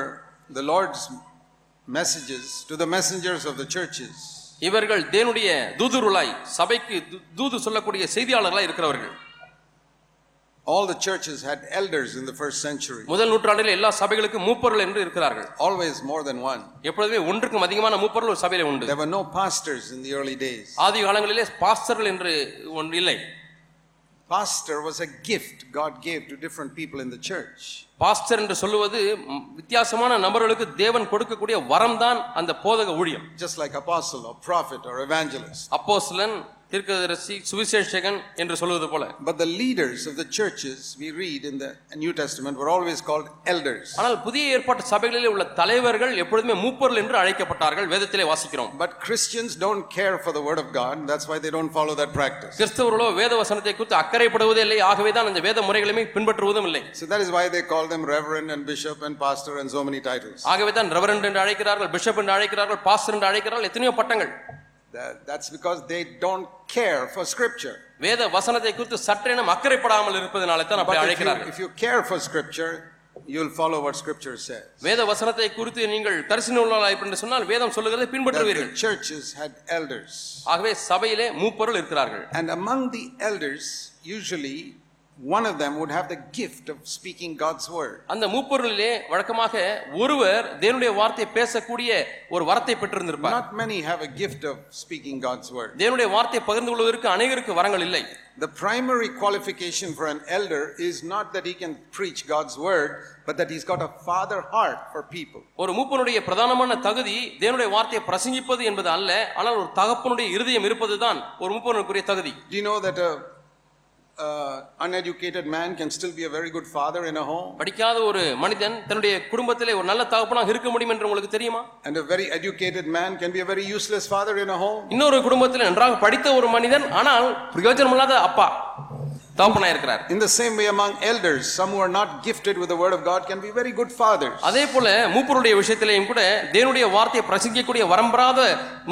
A: the Lord's messages to the messengers of the churches.
B: இவர்கள் தேவனுடைய தூதுருளாய் சபைக்கு து- தூது சொல்லக்கூடிய செய்தியாளர்களாய் இருக்கிறவர்கள்
A: All the churches had elders in the first century,
B: முதல் நூற்றாண்டில் எல்லா சபைகளுக்கும் மூப்பர்கள் என்று இருக்கிறார்கள்
A: always more than one.
B: எப்பொழுதுமே ஒன்றுக்கும் அதிகமான மூப்பர்கள் ஒரு சபையில உண்டு
A: There were no pastors in the early days.
B: ஆதி காலங்களிலே பாஸ்டர்கள் என்று ஒன்று இல்லை
A: Pastor was a gift God gave to different people in the church.
B: Pastor என்று சொல்லுவது ம், வித்தியாசமான நபர்களுக்கு தேவன் கொடுக்கக்கூடிய வரம் தான் அந்த போதக ஊழியம்
A: Just like apostle or prophet or evangelist.
B: அப்போஸ்தலன் தீர்க்கதரிசி சுவிசேஷகன் என்று சொல்வது போல
A: But the leaders of the churches we read in the New Testament were always called elders.
B: ஆனால் புதிய ஏற்பாட்டு சபைகளிலே உள்ள தலைவர்கள் எப்பொழுதுமே மூப்பர்கள் என்று அழைக்கப்பட்டார்கள் வேதத்திலே வாசிக்கிறோம்
A: But Christians don't care for the word of God, that's why they don't follow that practice.
B: கிறிஸ்தவர்களோ வேத வசனத்தை குறித்து அக்கறைப்படுவதே இல்லை ஆகவே தான் அந்த வேத முறைகளையுமே பின்பற்றுவதும் இல்லை
A: So that is why they call them reverend and bishop and pastor and so many titles.
B: ஆகவே தான் ரெவரண்ட் என்று அழைக்கிறார்கள் பிஷப் என்று அழைக்கிறார்கள் பாஸ்டர் என்று அழைக்கிறார்கள் எத்தனையோ பட்டங்கள்
A: That- That's because they don't care for scripture.
B: வேத வசனத்தை குறித்து சற்றேனும் அக்கறைப்படாமல் இருப்பதனாலே தான் அப்படி
A: But if you,
B: அழைக்கிறார்கள்
A: if you care for scripture, you'll follow what scripture says.
B: வேத வசனத்தை குறித்து நீங்கள் தரிசன உள்ளாய் என்று சொன்னால் வேதம் சொல்லுகிறதை
A: That
B: பின்பற்றுவீர்கள்
A: the churches had elders.
B: ஆகவே சபையிலே மூப்பொருள் இருக்கிறார்கள்
A: And among the elders, usually one of them would have the gift of speaking God's word.
B: அந்த மூப்பொருளிலே வழக்கமாக ஒருவர் தேவனுடைய வார்த்தை பேசக்கூடிய ஒரு வரத்தை பெற்றிருந்திருப்பார்
A: Not many have a gift of speaking God's word.
B: தேவனுடைய வார்த்தை பகிர்ந்து கொள்வதற்கு அநேகருக்கு வரங்கள் இல்லை
A: The primary qualification for an elder is not that he can preach God's word, but that he's got a father heart for people.
B: ஒரு மூப்பனுடைய பிரதானமான தகுதி தேவனுடைய வார்த்தையை பிரசங்கிப்பது என்பது அல்ல ஆனால் ஒரு தகப்பனுடைய இருதயம் இருப்பதுதான் ஒரு மூப்பனுக்குரிய தகுதி
A: Do you know that a uh, uneducated man can still be a very good father in a home,
B: படிக்காத ஒரு மனிதன் தன்னுடைய குடும்பத்திலே ஒரு நல்ல தகப்பனாக இருக்க முடியும் என்று உங்களுக்கு தெரியுமா
A: and a very educated man can be a very useless father in a home.
B: இன்னொரு குடும்பத்தில் நன்றாக படித்த ஒரு மனிதன் ஆனால் பிரயோஜனமில்லாத அப்பா தகப்பனா இருக்கிறார்
A: In the same way, among elders, some who are not gifted with the word of God can be very good fathers.
B: அதே போல மூப்பருடைய விஷயத்திலேயும் கூட தேவனுடைய வார்த்தையை பிரசங்கிக்கக்கூடிய வரம்பராத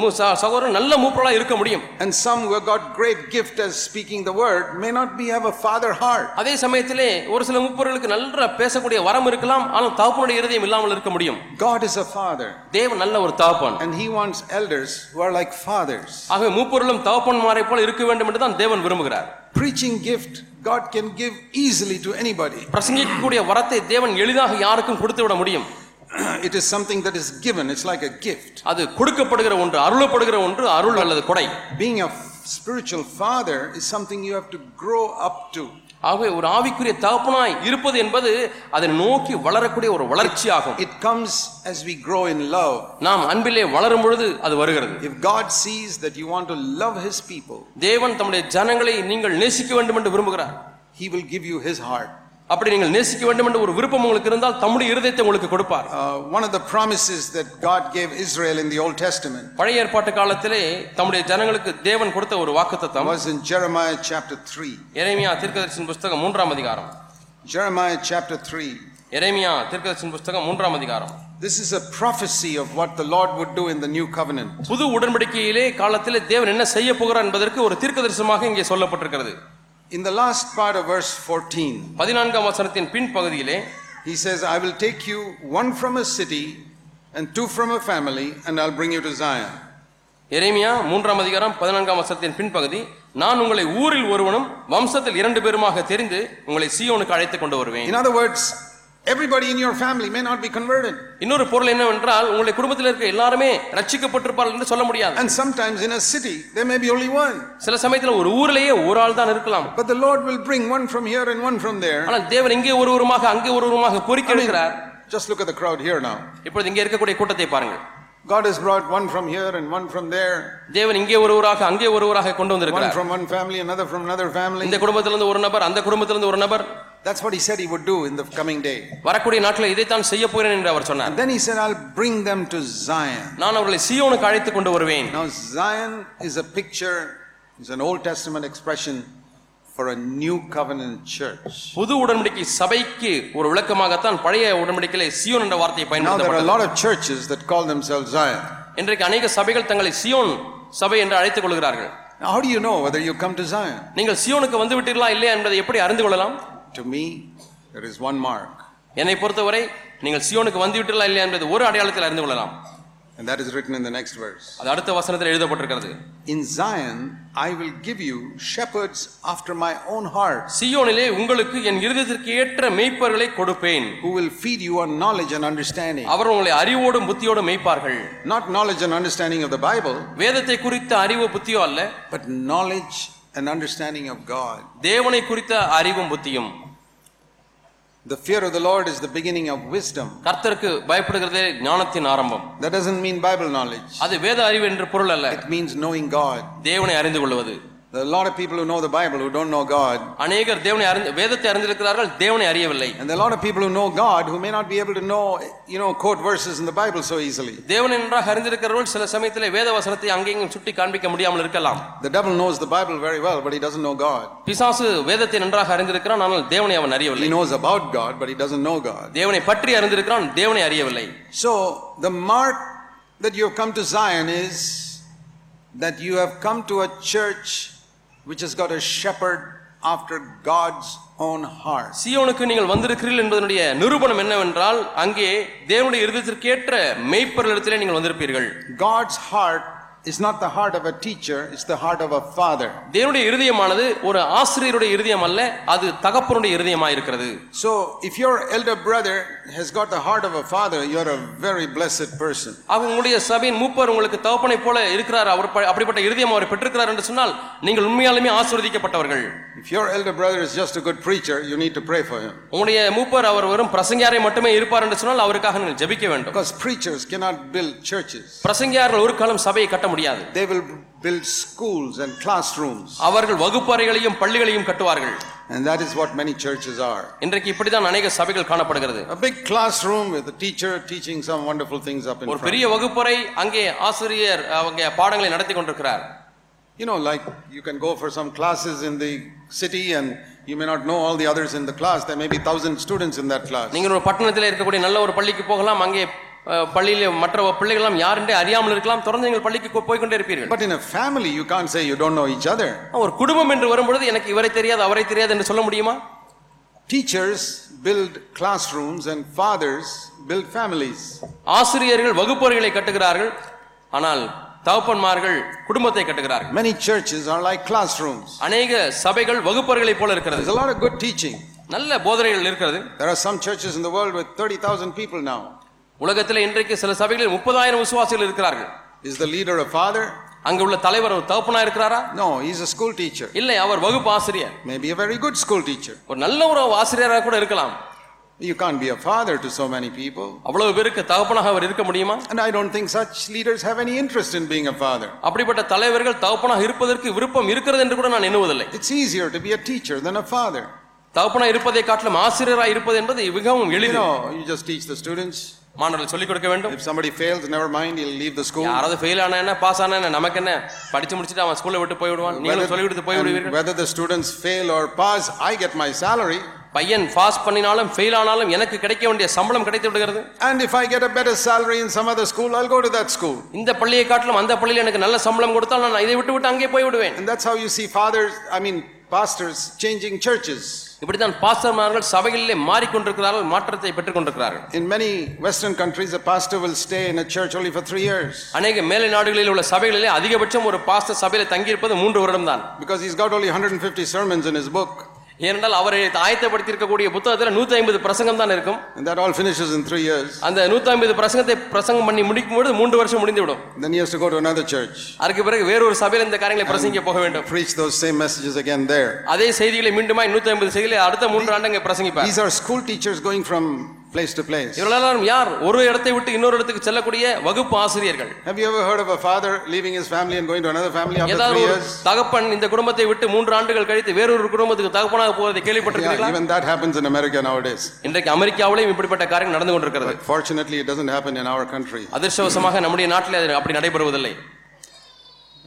B: மூ- ச- சகோதரன் நல்ல மூப்பரா இருக்க முடியும்
A: And some who have got great gift as speaking the word may not be have a father heart.
B: அதே சமயத்திலே ஒரு சில மூப்பர்களுக்கு நல்ல பேசக்கூடிய வரம் இருக்கலாம் ஆனால் தகப்பனுடைய இருதயம் இல்லாமல் இருக்க முடியும்
A: God is a father,
B: தேவன் நல்ல ஒரு தகப்பன்
A: and he wants elders who are like fathers.
B: ஆகவே மூப்பொருளும் தகப்பன்மாரை போல இருக்க வேண்டும் என்று தான் தேவன் விரும்புகிறார்
A: Preaching gift God can give easily to anybody. [clears throat]
B: பிரசங்கிக்கக்கூடிய வரத்தை தேவன் எளிதாக யாருக்கும் கொடுத்து விட முடியும்
A: it is something that is given, it's like a gift.
B: அது கொடுக்கப்படுகிற ஒன்று அருளப்படுகிற ஒன்று அருள் அல்லது கொடை
A: Being a f- spiritual father is something you have to grow up to.
B: ஆகவே ஒரு ஆவிக்குரிய தகப்பனாய் இருப்பது என்பது அதை நோக்கி வளரக்கூடிய ஒரு வளர்ச்சி ஆகும்
A: It comes as we grow in love.
B: நாம் அன்பிலே வளரும் பொழுது அது வருகிறது
A: If God sees that you want to love his people,
B: தேவன் தம்முடைய ஜனங்களை நீங்கள் நேசிக்க வேண்டும் என்று விரும்புகிறார்
A: he will give you his heart.
B: அப்படி நீங்கள் நேசிக்க வேண்டும் என்ற ஒரு விருப்பம் உங்களுக்கு இருந்தால் தம்முடைய இருதயத்தை உங்களுக்கு கொடுப்பார்
A: Uh, one of the promises that God gave Israel in the Old Testament
B: பழைய ஏற்பாட்டு காலத்திலே தம்முடைய ஜனங்களுக்கு தேவன் கொடுத்த ஒரு வாக்குத்தத்தம்
A: was in Jeremiah chapter 3.
B: எரேமியா தீர்க்கதரிசின் புஸ்தகம் மூன்றாம் அதிகாரம்
A: Jeremiah chapter 3.
B: எரேமியா தீர்க்கதரிசின் புஸ்தகம் மூன்றாம் அதிகாரம்
A: This is a prophecy of what the Lord would do in the new covenant.
B: புது உடன்படிக்கையிலே காலத்திலே தேவன் என்ன செய்ய போகிறார் என்பதற்கு ஒரு தீர்க்கதரிசனமாக இங்கே சொல்லப்பட்டிருக்கிறது
A: In the last part of verse 14,
B: பதினான்காம் வசனத்தின் பின்பகுதியிலே
A: he says, I will take you one from a city and two from a family, and I'll bring you to Zion.
B: எரேமியா மூன்றாம் அதிகாரம் பதினான்காம் வசனத்தின் பின்பகுதி நான் உங்களை ஊரில் ஒருவனும் வம்சத்தில் இரண்டு பேருமாக தெரிந்து உங்களை சீயோனுக்கு அழைத்து கொண்டு வருவேன்
A: In other words, everybody in your family may not be converted.
B: இன்னொரு பொருள் என்னவென்றால் உங்களுடைய குடும்பத்தில் இருக்க எல்லாருமே ரட்சிக்கப்பட்டிருப்பார்கள் என்று சொல்ல முடியாது
A: And sometimes in a city, there may be only one.
B: சில சமயத்தில் ஒரு ஊர்லேயே ஒரு ஆள் தான் இருக்கலாம்
A: But the Lord will bring one from here and one from there.
B: ஆனால் தேவன் இங்கே ஒருவருமாக அங்கே ஒருவருமாக பொறுக்கி
A: I mean,
B: எடுக்கிறார்
A: just look at the crowd here now.
B: இப்பொழுது இங்கே இருக்கக்கூடிய கூட்டத்தை பாருங்கள்
A: God has brought one from here and one from there,
B: தேவன் இங்கே ஒருவராக அங்கே ஒருவராக கொண்டு
A: one
B: வந்திருக்கிறார்
A: from one family, another from another family.
B: இந்த குடும்பத்திலிருந்து ஒரு நபர் அந்த குடும்பத்திலிருந்து ஒரு நபர்
A: That's what he said he would do in the coming day.
B: வரக்கூடிய நாட்களில் இதைத்தான் செய்ய போகிறேன் என்று அவர் சொன்னார்
A: And then he said, I'll bring them to Zion.
B: நான் அவர்களை சீயோனுக்கு அழைத்து கொண்டு வருவேன்
A: Now, Zion is a picture, it's an Old Testament expression for a new covenant church.
B: புது உடன்படிக்கை சபைக்கு ஒரு விளக்கமாகத்தான் பழைய உடன்படிக்கையிலே சியோன் என்ற வார்த்தையை
A: Now, there are a
B: பயன்படுத்தப்பட்டது
A: lot of churches that call themselves Zion.
B: இன்றைக்கு அநேக சபைகள் தங்களை சியோன் சபை என்று அழைத்துக் கொள்கிறார்கள்
A: Now, how do you know whether you come to Zion?
B: நீங்கள் சியோனுக்கு வந்து விட்டீர்களா இல்லையா என்பதை எப்படி அறிந்து கொள்ளலாம்
A: To me, there is one mark,
B: என்னை பொறுத்தவரை நீங்கள் சியோனுக்கு வந்து விட்டீர்களா இல்லையா என்பது ஒரு அடையாளத்தில் அறிந்து கொள்ளலாம்
A: and that is written in the next verse.
B: அது அடுத்த வசனத்தில் எழுதப்பட்டிருக்கிறது
A: In Zion, I will give you shepherds after my own heart,
B: சியோனிலே உங்களுக்கு என் இருதயத்திற்கு ஏற்ற மேய்ப்பர்களை கொடுப்பேன்
A: who will feed you on knowledge and understanding.
B: அவர் உங்களை அறிவோடும் புத்தியோடும் மேய்ப்பார்கள்
A: Not knowledge and understanding of the Bible,
B: வேதத்தை குறித்த அறிவு புத்தியோ அல்ல
A: but knowledge and understanding of God.
B: தேவனை குறித்த அறிவும் புத்தியும்
A: The fear of the Lord is the beginning of wisdom.
B: கர்த்தருக்கு பயப்படுகிறதே ஞானத்தின் ஆரம்பம்
A: That doesn't mean Bible knowledge,
B: அது வேத அறிவு என்று பொருள் அல்ல
A: it means knowing God.
B: தேவனை அறிந்து கொள்வது
A: There are a lot of people who know the Bible who don't know God,
B: அநேகர் தேவனை அறிந்து வேதத்தை அறிந்திருக்கிறார்கள் தேவனை அறியவில்லை
A: and there are a lot of people who know God who may not be able to know, you know, quote verses in the Bible so easily.
B: தேவன் என்றாக அறிந்திருக்கிறவர்கள் சில சமயத்திலே வேத வசனத்தை அங்கேயும் சுட்டி காண்பிக்க முடியாமல் இருக்கலாம்
A: The devil knows the Bible very well, but he doesn't know God.
B: பிசாசு வேதத்தை நன்றாக அறிந்திருக்கிறான் ஆனால் தேவனை அவன்
A: He
B: அறியவில்லை
A: knows about God, but he doesn't know God.
B: தேவனை பற்றி அறிந்திருக்கிறான் தேவனை அறியவில்லை
A: So, the mark that you have come to Zion is that you have come to a church which has got a shepherd after God's own heart.
B: சியோனுக்கு நீங்கள் வந்திருக்கிறீர்கள் என்பதனுடைய நிரூபணம் என்னவென்றால் அங்கே தேவனுடைய இருதயத்திற்கேற்ற மெய்ப்பொருளிடத்திலே நீங்கள் வந்திருப்பீர்கள்
A: God's heart is not the heart of a teacher, it's the heart of a father.
B: தேவனுடைய இருதயமானது ஒரு ஆசிரியருடைய இருதயம் அல்ல அது தகப்பனுடைய இருதயமாக இருக்கிறது
A: So, if your elder brother has got the heart of a father, you're a very blessed person.
B: அவர் உங்களுடைய சபையின் மூப்பர் உங்களுக்கு தகப்பனை போல இருக்கிறார் அவர் ப- அப்படிப்பட்ட இருதயம் அவர் பெற்றிருக்கிறார் என்று சொன்னால் நீங்கள் உண்மையாலுமே ஆசீர்வதிக்கப்பட்டவர்கள்
A: If your elder brother is just a good preacher, you need to pray for him.
B: உங்களுடைய மூப்பர் அவர் வெறும் பிரசங்கியாரை மட்டுமே இருப்பார் என்று சொன்னால் அவருக்காக நீங்கள் ஜெபிக்க வேண்டும்
A: Because preachers cannot build churches.
B: பிரசங்கியார்கள் ஒரு காலம் சபையை கட்ட முடியாது
A: They will build schools and classrooms.
B: அவர்கள் வகுப்பறைகளையும் பள்ளிகளையும் கட்டுவார்கள்
A: And that is what many churches are.
B: இன்றைக்கு இப்படித்தான் அநேக சபைகள் காணப்படுகிறது
A: A big classroom with a teacher teaching some wonderful things up in
B: ஒரு
A: front.
B: பெரிய வகுப்பறை அங்கே ஆசிரியர் அவங்க பாடங்களை நடத்தி கொண்டிருக்கிறார்
A: You know, like you can go for some classes in the city and you may not know all the others in the class. There may be thousand students in that class.
B: நீங்கள் ஒரு பட்டணத்தில் இருக்கக்கூடிய நல்ல ஒரு பள்ளிக்கு போகலாம் அங்கே அஹ், பள்ளியிலே மற்ற பிள்ளைகளாம் யாருன்றே அறியாமல் இருக்கலாம் தொடர்ந்து நீங்கள் பள்ளிக்கு கொ- போய்க்கொண்டே இருப்பீர்கள்
A: But in a family, you can't say you don't know each other.
B: ஒரு குடும்பம் என்று வரும்பொழுது எனக்கு இவரை தெரியாது அவரை தெரியாது என்று சொல்ல முடியுமா
A: Teachers build classrooms and fathers build families.
B: ஆசிரியர்கள் வகுப்பறைகளை கட்டுகிறார்கள் ஆனால் தகப்பன்மார்கள் குடும்பத்தை கட்டுகிறார்கள்
A: Many churches are like classrooms.
B: அநேக சபைகள் வகுப்பறைகளை போல இருக்கிறது
A: There's a lot of good teaching.
B: நல்ல போதனைகள் இருக்கிறது
A: There are some churches in the world with 30,000 people now.
B: உலகத்தில் இன்றைக்கு சில சபைகளில் முப்பதாயிரம் விசுவாசிகள் இருக்கிறார்கள்
A: Is the leader a father?
B: அங்கு உள்ள தலைவர் ஒரு தகப்பனா இருக்கிறாரா
A: No, he's a school teacher.
B: இல்லை அவர் வகுப்பு ஆசிரியர்
A: Maybe a very good school teacher.
B: ஒரு நல்ல ஒரு ஆசிரியராக கூட இருக்கலாம்
A: You can't be a father to so many people.
B: அவ்வளவு பேருக்கு தகப்பனாக அவர் இருக்க முடியுமா
A: And I don't think such leaders have any interest in being a father.
B: அப்படிப்பட்ட தலைவர்கள் தகப்பனாக இருப்பதற்கு விருப்பம் இருக்கிறது என்று கூட நான் எண்ணுவதில்லை
A: It's easier to be a teacher than a father.
B: தகப்பனா இருப்பதை காட்டிலும் ஆசிரியராக இருப்பது என்பது மிகவும்
A: You
B: எளிது
A: know, you just teach the students.
B: மாணவர்கள் சொல்லிக் கொடுக்க வேண்டும்
A: If somebody fails, never mind, he'll leave the school.
B: யாராவது ஃபெயில் ஆனா என்ன பாஸ் ஆனா என்ன நமக்கு என்ன படிச்சு முடிச்சுட்டு அவன் ஸ்கூல்ல விட்டு போய் விடுவான் நீங்களும் சொல்லி கொடுத்து போய்
A: and
B: விடுவீர்கள்
A: whether the students fail or pass, I get my salary.
B: பையன் பாஸ் பண்ணினாலும் ஃபெயில் ஆனாலும் எனக்கு கிடைக்க வேண்டிய சம்பளம் கிடைத்து விடுகிறது
A: And if I get a better salary in some other school, I'll go to that school.
B: இந்த பள்ளியை காட்டிலும் அந்த பள்ளியில் எனக்கு நல்ல சம்பளம் கொடுத்தால் நான் இதை விட்டு விட்டு அங்கே போய் விடுவேன்
A: And that's how you see fathers, I mean, pastors changing churches.
B: இப்படித்தான் பாஸ்டர்மார்கள் சபைகளிலே மாறிக்கொண்டிருக்கிறார்கள் மாற்றத்தை பெற்றுக் கொண்டிருக்கிறார்கள்
A: In many Western countries, a pastor will stay in a church only for three years
B: அநேக மேலை நாடுகளில் உள்ள சபைகளிலே அதிகபட்சம் ஒரு பாஸ்டர் சபையில தங்கியிருப்பது மூன்று வருடம் தான்
A: because he's got only 150 sermons in his book.
B: ஏனென்றால் அவரை ஆயத்தப்படுத்தியிருக்கக்கூடிய புத்தகத்தில் நூத்தி ஐம்பது பிரசங்கம் தான் இருக்கும்
A: And that all finishes in three years.
B: அந்த நூத்தி ஐம்பது பிரசங்கத்தை பிரசங்கம் பண்ணி முடிக்கும் பொழுது மூன்று வருஷம் முடிந்துவிடும்
A: Then he has to go to another church,
B: அதுக்கு பிறகு வேறொரு சபையில் இந்த காரியங்களை பிரசங்கிக்க போக வேண்டும்
A: preach those same messages again there.
B: அதே செய்திகளை மீண்டுமாய் நூத்தி ஐம்பது செய்திகளை அடுத்த மூன்று ஆண்டு அங்கே பிரசங்கிப்பார்
A: These are school teachers going from place to place.
B: இவர்களெல்லாம் யார் ஒரு இடத்தை விட்டு இன்னொரு இடத்துக்கு செல்லக்கூடிய வகுப்பு ஆசிரியர்கள்
A: Have you ever heard of a father leaving his family and going to another family after
B: ஏதாவது
A: three
B: ஒரு
A: years?
B: தகப்பன் இந்த குடும்பத்தை விட்டு மூன்று ஆண்டுகள் கழித்து வேறொரு குடும்பத்துக்கு தகப்பனாக போவதை
A: Yeah,
B: கேள்விப்பட்டிருக்கிறீர்களா
A: even that happens in America nowadays.
B: இன்றைக்கு அமெரிக்காவிலேயும் இப்படிப்பட்ட காரியம் நடந்து கொண்டிருக்கிறது
A: Fortunately, it doesn't happen in our country,
B: அதிர்ஷ்டவசமாக நம்முடைய நாட்டில் அது அப்படி நடைபெறுவதில்லை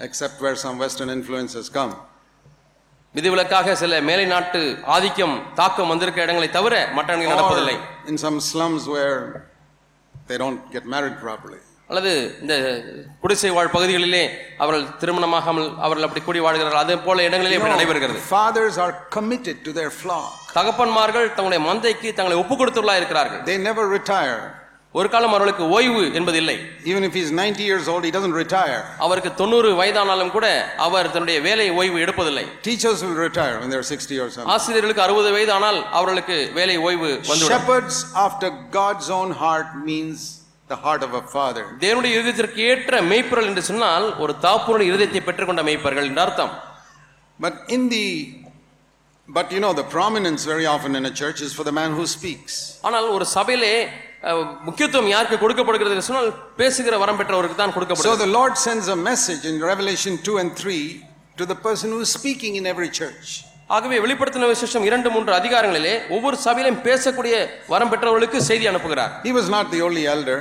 A: except where some Western influences come.
B: விதிவிலக்காக சில மேலை நாட்டு ஆதிக்கம் தாக்கம் வந்திருக்க இடங்களை தவிர மற்ற இடங்களில் நடப்பதில்லை
A: Or in some slums where they don't get married properly.
B: அல்லது இந்த குடிசை வாழ் பகுதிகளிலே அவர்கள் திருமணமாகாமல் அவர்கள் அப்படி கூடி வாழ்கிறார்கள் அதே போல இடங்களிலே இப்படி நடைபெறுகிறது
A: Fathers are committed to their flock.
B: தகப்பன்மார்கள் தங்களுடைய மந்தைக்கு தங்களை ஒப்பு கொடுத்துள்ளா இருக்கிறார்கள்
A: They never retire.
B: ஒரு காலம் அவர்களுக்கு ஓய்வு என்பது இல்லை
A: Even if he's 90 years old, he doesn't retire.
B: அவருக்கு தொண்ணூறு வயதானாலும் கூட அவர் தன்னுடைய வேலை ஓய்வு எடுப்பதில்லை
A: Teachers will retire when they're 60 or something.
B: ஆசிரியர்களுக்கு அறுபது வயதானால் அவர்களுக்கு வேலை ஓய்வு வந்துவிடும்
A: Shepherds after God's own heart means the heart of a father.
B: தேவனுடைய இருதயத்திற்கு ஏற்ற மேய்ப்பர்கள் என்று சொன்னால் ஒரு தாப்புடைய இருதயத்தை பெற்றுக்கொண்ட மேய்ப்பர்கள் என்று அர்த்தம்
A: But in the but you know the prominence very often in a church is for the man who speaks.
B: ஆனால் ஒரு சபையிலே அஹ், முக்கியத்துவம் யாருக்கு கொடுக்கப்படுகிறது என்று சொன்னால் பேசுகிற வரம் பெற்றவருக்கு தான்
A: So
B: கொடுக்கப்படுகிறது
A: the Lord sends a message in Revelation 2 and 3 to the person who is speaking in every church.
B: ஆகவே வெளிப்படுத்தின விசேஷம் இரண்டு மூன்று அதிகாரங்களிலே ஒவ்வொரு சபையிலும் பேசக்கூடிய வரம் பெற்றவர்களுக்கு செய்தி அனுப்புகிறார்
A: He was not the only elder,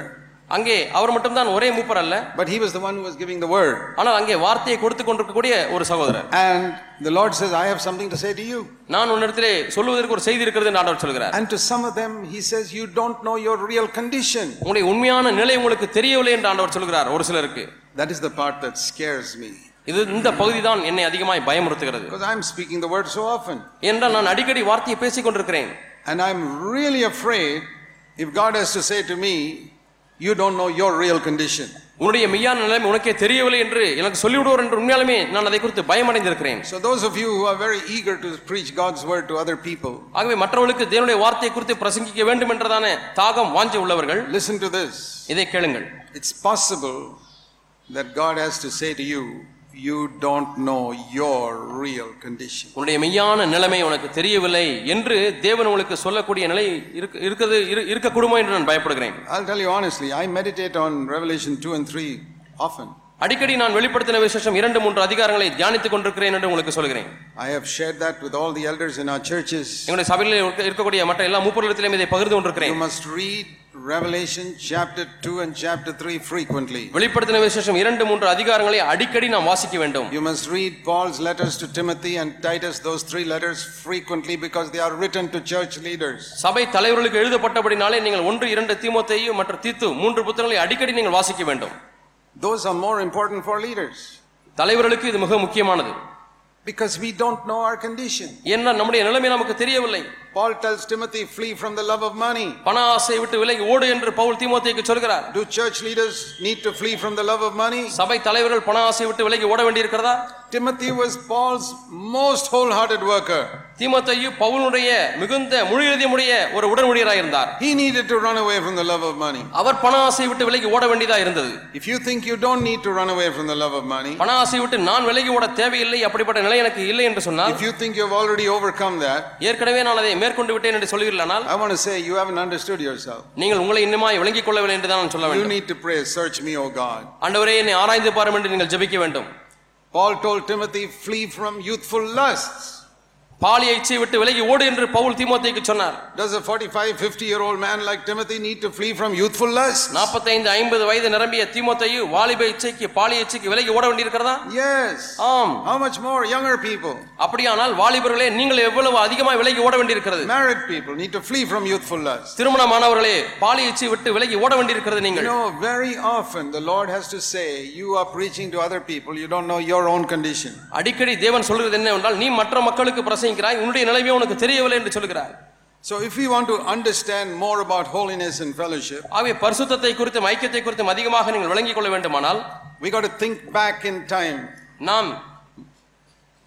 B: அங்கே அவர் மட்டும்தான் ஒரே மூப்பர் அல்ல
A: but he was the one who was giving the word.
B: ஆனால் அங்கே வார்த்தையை கொடுத்து கொண்டிருக்கக்கூடிய ஒரு சகோதரர்
A: And the Lord says, I have something to say to you.
B: நான் உன்னிடத்திலே சொல்லுவதற்கு ஒரு செய்தி இருக்கிறது என்று ஆண்டவர் சொல்கிறார்
A: And to some of them, he says, You don't know your real condition.
B: உங்களுடைய உண்மையான நிலை உங்களுக்கு தெரியவில்லை என்று ஆண்டவர் சொல்கிறார் ஒரு சிலருக்கு
A: That is the part that scares me.
B: இது இந்த பகுதி தான் என்னை அதிகமாய் பயமுறுத்துகிறது
A: Because I'm speaking the word so often.
B: என்றால் நான் அடிக்கடி வார்த்தையை பேசிக் கொண்டிருக்கிறேன்
A: And I'm really afraid if God has to say to me, You don't know your real condition.
B: உன்னுடைய மெய்யான நிலைமை உனக்கே தெரியவில்லை என்று எனக்கு சொல்லிவிடுவார் என்று உண்மையாலுமே நான் அதை குறித்து பயமடைந்திருக்கிறேன்
A: So, those of you who are very eager to preach God's word to other people,
B: ஆகவே மற்றவர்களுக்கு தேவனுடைய வார்த்தையை குறித்து பிரசங்கிக்க வேண்டும் என்றதான தாகம் வாஞ்சி உள்ளவர்கள்
A: Listen to this.
B: இதை கேளுங்கள்
A: It's possible that God has to say to you, you don't know your real condition.
B: உன்னுடைய மெய்யான நிலைமை உனக்கு தெரியவில்லை என்று தேவன் உங்களுக்கு சொல்லக்கூடிய நிலை இருக்க- இருக்கிறது இரு- இருக்கக்கூடுமோ என்று நான் பயப்படுகிறேன்
A: I'll tell you honestly, I meditate on Revelation 2 and 3 often.
B: அடிக்கடி நான் வெளிப்படுத்தின விசேஷம் இரண்டு மூன்று அதிகாரங்களை தியானித்துக் கொண்டிருக்கிறேன் என்று உங்களுக்கு சொல்கிறேன்
A: I have shared that with all the elders in our churches.
B: எங்களுடைய சபையில் இருக்க- இருக்கக்கூடிய மற்ற எல்லா மூப்பர்களிடத்திலும் இதை பகிர்ந்து கொண்டிருக்கிறேன்
A: You must read Revelation chapter 2 and chapter 3 frequently.
B: வெளிப்படுத்தின விசேஷம் இரண்டு மூன்று அதிகாரங்களை அடிக்கடி நாம் வாசிக்க வேண்டும்
A: You must read Paul's letters to Timothy and Titus, those three letters, frequently because they are written to church leaders.
B: சபை தலைவர்களுக்கு எழுதப்பட்டபடினாலே நீங்கள் ஒன்று இரண்டு தீமோத்தேயும் மற்றும் தீத்து மூன்று புத்தகங்களை அடிக்கடி நீங்கள் வாசிக்க வேண்டும்
A: Those are more important for leaders
B: தலைவர்களுக்கு இது மிக முக்கியமானது
A: because we don't know our condition.
B: ஏன்னா நம்முடைய நிலைமை நமக்கு தெரியவில்லை
A: Paul tells Timothy, flee from the love of money.
B: பண ஆசையை விட்டு விலகி ஓடு என்று பவுல் தீமோத்தேயுக்கு சொல்கிறார்
A: Do church leaders need to flee from the love of money?
B: சபை தலைவர்கள் பண ஆசையை விட்டு விலகி ஓட வேண்டியிருக்கிறதா
A: Timothy was Paul's most wholehearted worker.
B: தீமோத்தேயு பவுலுடைய மிகுந்த முழு எழுதியமுடைய ஒரு உடன்முடியராக இருந்தார்
A: He needed to run away from the love of money.
B: அவர் பண ஆசையை விட்டு விலகி ஓட வேண்டியதா இருந்தது
A: If you think you don't need to run away from the love of money,
B: பண ஆசையை விட்டு நான் விலகி ஓட தேவையில்லை அப்படிப்பட்ட நிலை எனக்கு இல்லை என்று சொன்னால்
A: if you think you've already overcome that,
B: ஏற்கனவே நான் அதை மேற்கொண்டு விட்டேன் என்று சொல்லிவிடலானால்
A: I want to say you haven't understood yourself.
B: நீங்கள் உங்களை இன்னுமாய் விளங்கிக் கொள்ளவில்லை என்று தான் நான் சொல்ல
A: You
B: வேண்டும்
A: need to pray, search me, O God.
B: ஆண்டவரே என்னை ஆராய்ந்து பாரும் என்று நீங்கள் ஜெபிக்க வேண்டும்
A: Paul told Timothy, flee from youthful lusts.
B: பாலிய இச்சை விட்டு விலகி ஓடு என்று பவுல் தீமோத்தேயுக்கு சொன்னார்
A: Does a 45, 50 year old man like Timothy need to flee from youthful lust?
B: நாற்பத்தைந்து ஐம்பது வயது நிரம்பிய தீமோத்தேயு வாலிப இச்சைக்கு பாலிய இச்சைக்கு விலகி ஓட வேண்டியிருக்கிறதா
A: Yes.
B: ஆம்
A: How much more younger people,
B: அப்படியானால் வாலிபர்களே நீங்கள் எவ்வளவு அதிகமாக விலகி ஓட வேண்டியிருக்கிறது
A: married people need to flee from youthful lust?
B: திருமணமானவர்களே பாலிய இச்சை விட்டு விலகி ஓட வேண்டியிருக்கிறது
A: You
B: நீங்கள்
A: know, very often the Lord has to say, You are preaching to other people, you don't know your own condition.
B: அடிக்கடி தேவன் சொல்கிறது என்னவென்றால் நீ மற்ற மக்களுக்கு பிரசங்கிக்கிறாய் உன்னுடைய நிலைமை உனக்கு தெரியவில்லை என்று சொல்கிறார்
A: So, if we want to understand more about holiness and fellowship,
B: ஆகவே பரிசுத்தத்தை குறித்தும் ஐக்கியத்தை குறித்தும் அதிகமாக நீங்கள் விளங்கிக் கொள்ள வேண்டுமானால்
A: we got to think back in time
B: நாம்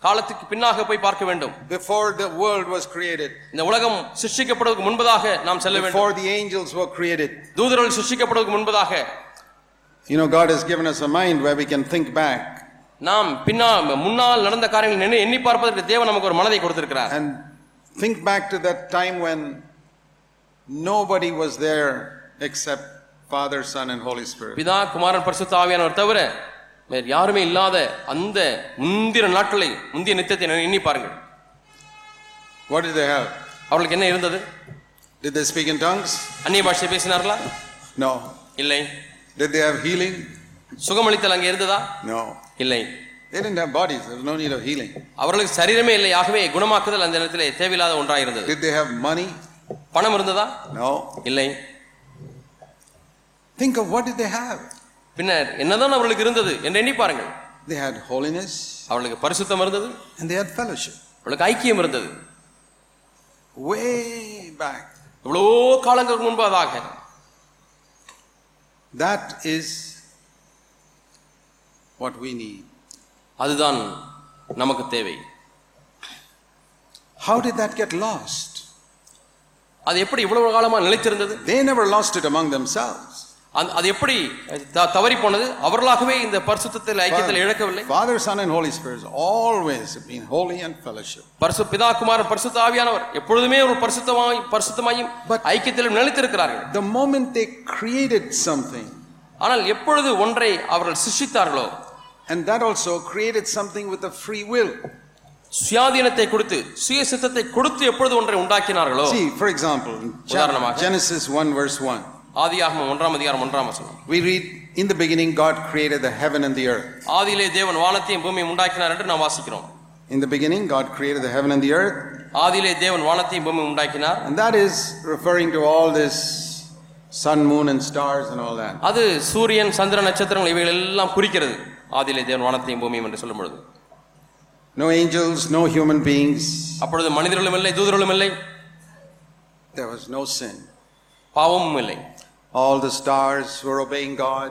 B: காலத்துக்கு பின்னாக போய் பார்க்க வேண்டும்
A: before the world was created,
B: இந்த உலகம் சிருஷ்டிக்கப்படுவதற்கு முன்பதாக நாம் செல்ல வேண்டும்
A: before the angels were created.
B: தூதர்கள் சிருஷ்டிக்கப்படுவதற்கு முன்பதாக
A: You know, God has given us a mind where we can think back
B: நாம் பின்னா முன்னால் நடந்த காரியங்களை நினை எண்ணி பார்ப்பதற்கு தேவன் நமக்கு ஒரு மனதை கொடுத்திருக்கிறார்
A: and think back to that time when nobody was there except Father, Son, and Holy Spirit.
B: பிதா குமாரன் பரிசுத்த ஆவியானவர் தவிர வேறு யாருமே இல்லாத அந்த முந்தின நாட்களை முந்திய நித்தியத்தை நினை- எண்ணி பாருங்கள்
A: What did they have?
B: அவர்களுக்கு என்ன இருந்தது
A: Did they speak in tongues?
B: அந்நிய பாஷை பேசினார்களா
A: No.
B: இல்லை
A: Did they have healing?
B: சுகமளித்தல் அங்கே இருந்ததா
A: No.
B: இல்லை
A: They didn't have bodies. There was no need of healing.
B: அவர்களுக்கு சரீரமே இல்லை ஆகவே குணமாக்குதல் அந்த இடத்திலே தேவையில்லாத ஒன்றாக இருந்தது
A: Did they have money?
B: பணம் இருந்ததா
A: No.
B: இல்லை
A: Think of what did they have?
B: பின்னர் என்னதான் அவர்களுக்கு இருந்தது என்று எண்ணி பாருங்கள்
A: They had holiness
B: அவர்களுக்கு பரிசுத்தம் இருந்தது
A: and they had fellowship.
B: அவர்களுக்கு ஐக்கியம் இருந்தது
A: Way back.
B: இவ்வளோ காலங்களுக்கு முன்பதாக
A: That is what we need.
B: அதுதான் நமக்கு தேவை
A: How did that get lost?
B: அது எப்படி இவ்வளவு காலமாக நிலைத்திருந்தது
A: They never lost it among themselves.
B: அந்த- அது எப்படி த- தவறி போனது அவர்களாகவே இந்த பரிசுத்தத்தில் ஐக்கியத்தில் இழக்கவில்லை
A: Father, Son, and Holy Spirit has always been holy and fellowship.
B: பரிசு பிதா குமாரன் பரிசுத்த ஆவியானவர் எப்பொழுதுமே ஒரு பரிசுத்தமாய் பரிசுத்தமாயும்
A: But-
B: ஐக்கியத்திலும் நிலைத்திருக்கிறார்கள்
A: The moment they created something,
B: ஆனால் எப்பொழுது ஒன்றை அவர்கள் சிருஷ்டித்தார்களோ
A: and that also created something with a free will.
B: சுயாதீனத்தை கொடுத்து சுய சித்தத்தை கொடுத்து எப்பொழுது ஒன்றை உண்டாக்கினார்களோ
A: See, for example, in Gen-
B: உதாரணமாக.
A: Genesis 1, verse 1,
B: ஆதியாகமம் ஒன்றாம் அதிகாரம் ஒன்றாம் வசனம்
A: we read, In the beginning, God created the heaven and the earth.
B: ஆதியிலே தேவன் வானத்தையும் பூமியும் உண்டாக்கினார் என்று நாம் வாசிக்கிறோம்
A: In the beginning, God created the heaven and the earth,
B: ஆதியிலே தேவன் வானத்தையும் பூமியும் உண்டாக்கினார்
A: and that is referring to all this sun, moon, and stars and all that.
B: அது சூரியன் சந்திர நட்சத்திரங்கள் இவைகள் எல்லாம் குறிக்கிறது ஆதியிலே தேவன் வானத்தையும் பூமியும் என்று சொல்லும் பொழுது
A: No angels, no human beings.
B: அப்பொழுது மனிதர்களும் இல்லை தூதர்களும் இல்லை
A: There was no sin.
B: பாவமும் இல்லை
A: All the stars were obeying God.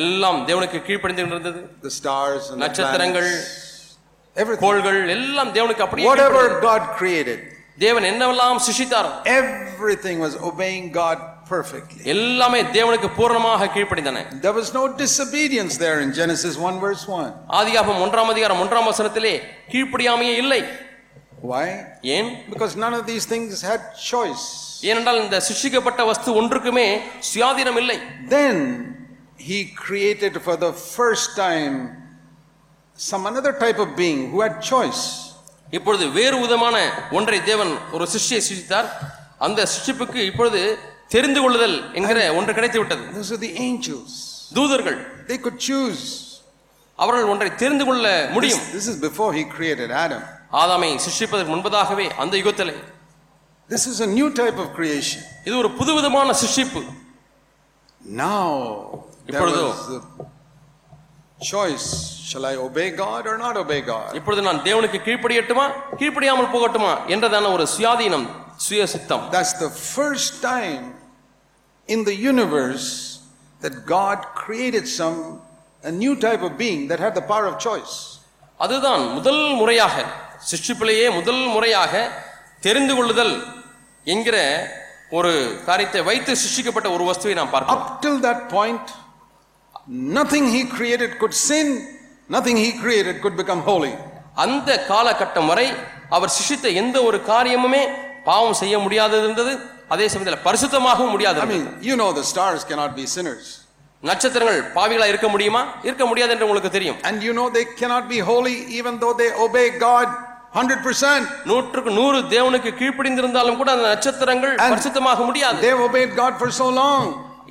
B: எல்லாம் தேவனுக்கு கீழ்ப்படிந்து கொண்டிருந்தது
A: The stars and the
B: நட்சத்திரங்கள்
A: planets. Everything.
B: கோள்கள் எல்லாம் தேவனுக்கு அப்படியே
A: Whatever
B: கீழ்ப்படிந்தது.
A: God created,
B: தேவன் என்னவெல்லாம் சிஷித்தாரோ
A: everything was obeying God perfectly.
B: எல்லாமே தேவனுக்கு பூரணமாக கீழ்ப்படிந்தன
A: There was no disobedience there in Genesis 1 verse 1.
B: ஆதியாகமம் ஒன்றாம் அதிகாரம் ஒன்றாம் வசனத்திலே கீழ்ப்படியாமையே இல்லை
A: Why?
B: ஏன்
A: Because none of these things had choice.
B: ஏனென்றால் இந்த சிருஷ்டிக்கப்பட்ட வஸ்து ஒன்றுக்குமே சுயாதீனம் இல்லை
A: Then he created for the first time some another type of being who had choice.
B: இப்பொழுது வேறு விதமான ஒன்றை தேவன் ஒரு சிருஷ்டியை சிருஷ்டித்தார் அந்த சிருஷ்டிப்புக்கு இப்பொழுது தெரிந்து கொள்ளுதல் என்கிற ஒன்று கிடைத்து விட்டது
A: Those are the angels.
B: தூதர்கள்
A: They could choose.
B: அவர்கள் ஒன்றை தெரிந்து கொள்ள முடியும்
A: This, this is before he created Adam.
B: ஆதாமை சிருஷ்டிப்பதற்கு முன்பதாகவே அந்த யுகத்திலே
A: This is a new type of creation.
B: இது ஒரு புதுவிதமான சிருஷ்டிப்பு
A: Now, there
B: இப்பொழுதோ?
A: was the choice. Shall I obey God or not obey God?
B: இப்பொழுது நான் தேவனுக்கு கீழ்ப்படியட்டுமா கீழ்ப்படியாமல் போகட்டுமா என்றதான ஒரு சுயாதீனம் சுய சித்தம்
A: That's the first time in the universe that God created some, a new type of being that had the power of choice.
B: அதுதான் முதல் முறையாக சிருஷ்டிப்பிலேயே முதல் முறையாக தெரிந்து கொள்ளுதல் என்கிற ஒரு காரியத்தை வைத்து சிருஷ்டிக்கப்பட்ட ஒரு வஸ்துவை நாம் பார்க்கிறோம்
A: Up till that point, nothing he created could sin, nothing he created could become holy.
B: அந்த காலகட்டம் வரை அவர் சிருஷ்டித்த எந்த ஒரு காரியமுமே பாவம் செய்ய முடியாதது இருந்தது அதே சமயத்தில் பரிசுத்தமாகவும் முடியாது
A: I
B: இருந்தது.
A: mean, you know the stars cannot be sinners,
B: நட்சத்திரங்கள் பாவிகளா இருக்க முடியுமா இருக்க முடியாது என்று உங்களுக்கு தெரியும்
A: and you know they cannot be holy even though they obey God 100%.
B: நூற்றுக்கு நூறு தேவனுக்கு கீழ்ப்படிந்திருந்தாலும் கூட அந்த நட்சத்திரங்கள்
A: And-
B: பரிசுத்தமாக முடியாது
A: They've obeyed God for so long,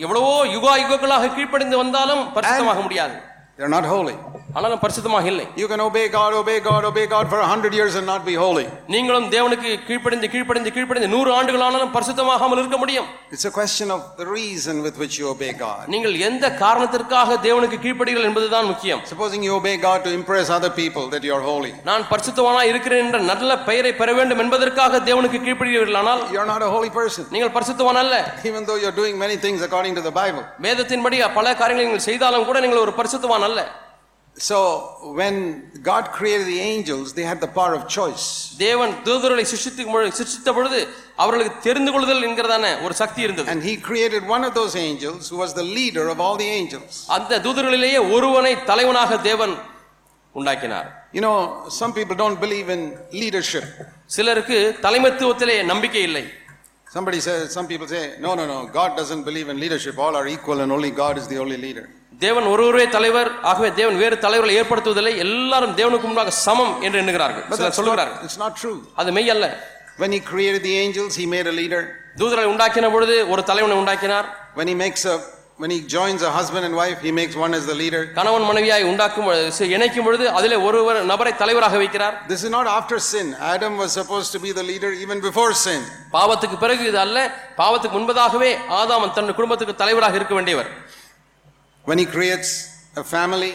B: எவ்வளவோ யுகா யுகங்களாக கீழ்ப்படிந்து வந்தாலும் பரிசுத்தமாக முடியாது
A: they're not holy.
B: ஆனாலும் பரிசுத்தமாக இல்லை
A: You can obey God, obey God, obey God for 100 years and not be holy.
B: நீங்களும் தேவனுக்கு கீழ்ப்படிந்து கீழ்ப்படிந்து கீழ்ப்படிந்து நூறு ஆண்டுகள் ஆனாலும் பரிசுத்தமாகாமல் இருக்க முடியும்
A: It's a question of the reason with which you obey God.
B: நீங்கள் எந்த காரணத்திற்காக தேவனுக்கு கீழ்ப்படிகள் என்பதுதான் முக்கியம்
A: Supposing you obey God to impress other people that you are holy,
B: நான் பரிசுத்தவானா இருக்கிறேன் என்ற நல்ல பெயரை பெற வேண்டும் என்பதற்காக தேவனுக்கு கீழ்ப்படுகிறீர்கள் ஆனால்
A: you're not a holy person,
B: நீங்கள் பரிசுத்தவான் அல்ல
A: even though you're doing many things according to the Bible.
B: வேதத்தின்படி பல காரியங்களை நீங்கள் செய்தாலும் கூட நீங்கள் ஒரு பரிசுத்தவான் அல்ல
A: So, when God created the angels, they had the power of choice.
B: தேவன் தூதர்களை சிருஷ்டிக்கும் பொழுது சிருஷ்டித்த பொழுது அவர்களுக்கு தெரிந்து கொள்ளுதல் என்கிறதான ஒரு சக்தி இருந்தது
A: And He created one of those angels who was the leader of all the angels.
B: அந்த தூதர்களிலேயே ஒருவனை தலைவனாக தேவன் உண்டாக்கினார்
A: You know, some people don't believe in leadership.
B: சிலருக்கு தலைமைத்துவத்திலே நம்பிக்கை இல்லை
A: Somebody says, some people say, no, no, no, God doesn't believe in leadership. All are equal and only God is the only leader.
B: தேவன் ஒருவரே தலைவர் ஆகவே தேவன் வேறு தலைவர்களை ஏற்படுத்துவதில்லை எல்லாரும் தேவனுக்கு முன்பாக சமம் என்று எண்ணுகிறார்கள்
A: But
B: சிலர்
A: that's
B: சொல்லுகிறார்கள்
A: not, it's not true.
B: அது மெய் அல்ல
A: When He created the angels, He made a leader.
B: தூதரை உண்டாக்கின பொழுது ஒரு தலைவனை உண்டாக்கினார்
A: When He makes a, when He joins a husband and wife, He makes one as the leader.
B: கணவன் மனைவியாய் உண்டாக்கும் பொழுது, சே- இணைக்கும் பொழுது அதிலே ஒருவர் நபரை தலைவராக வைக்கிறார்
A: This is not after sin. Adam was supposed to be the leader even before sin.
B: பாவத்துக்கு பிறகு இது அல்ல பாவத்துக்கு முன்பதாகவே ஆதாமன் தன் குடும்பத்துக்கு தலைவராக இருக்க வேண்டியவர்
A: When he creates a family,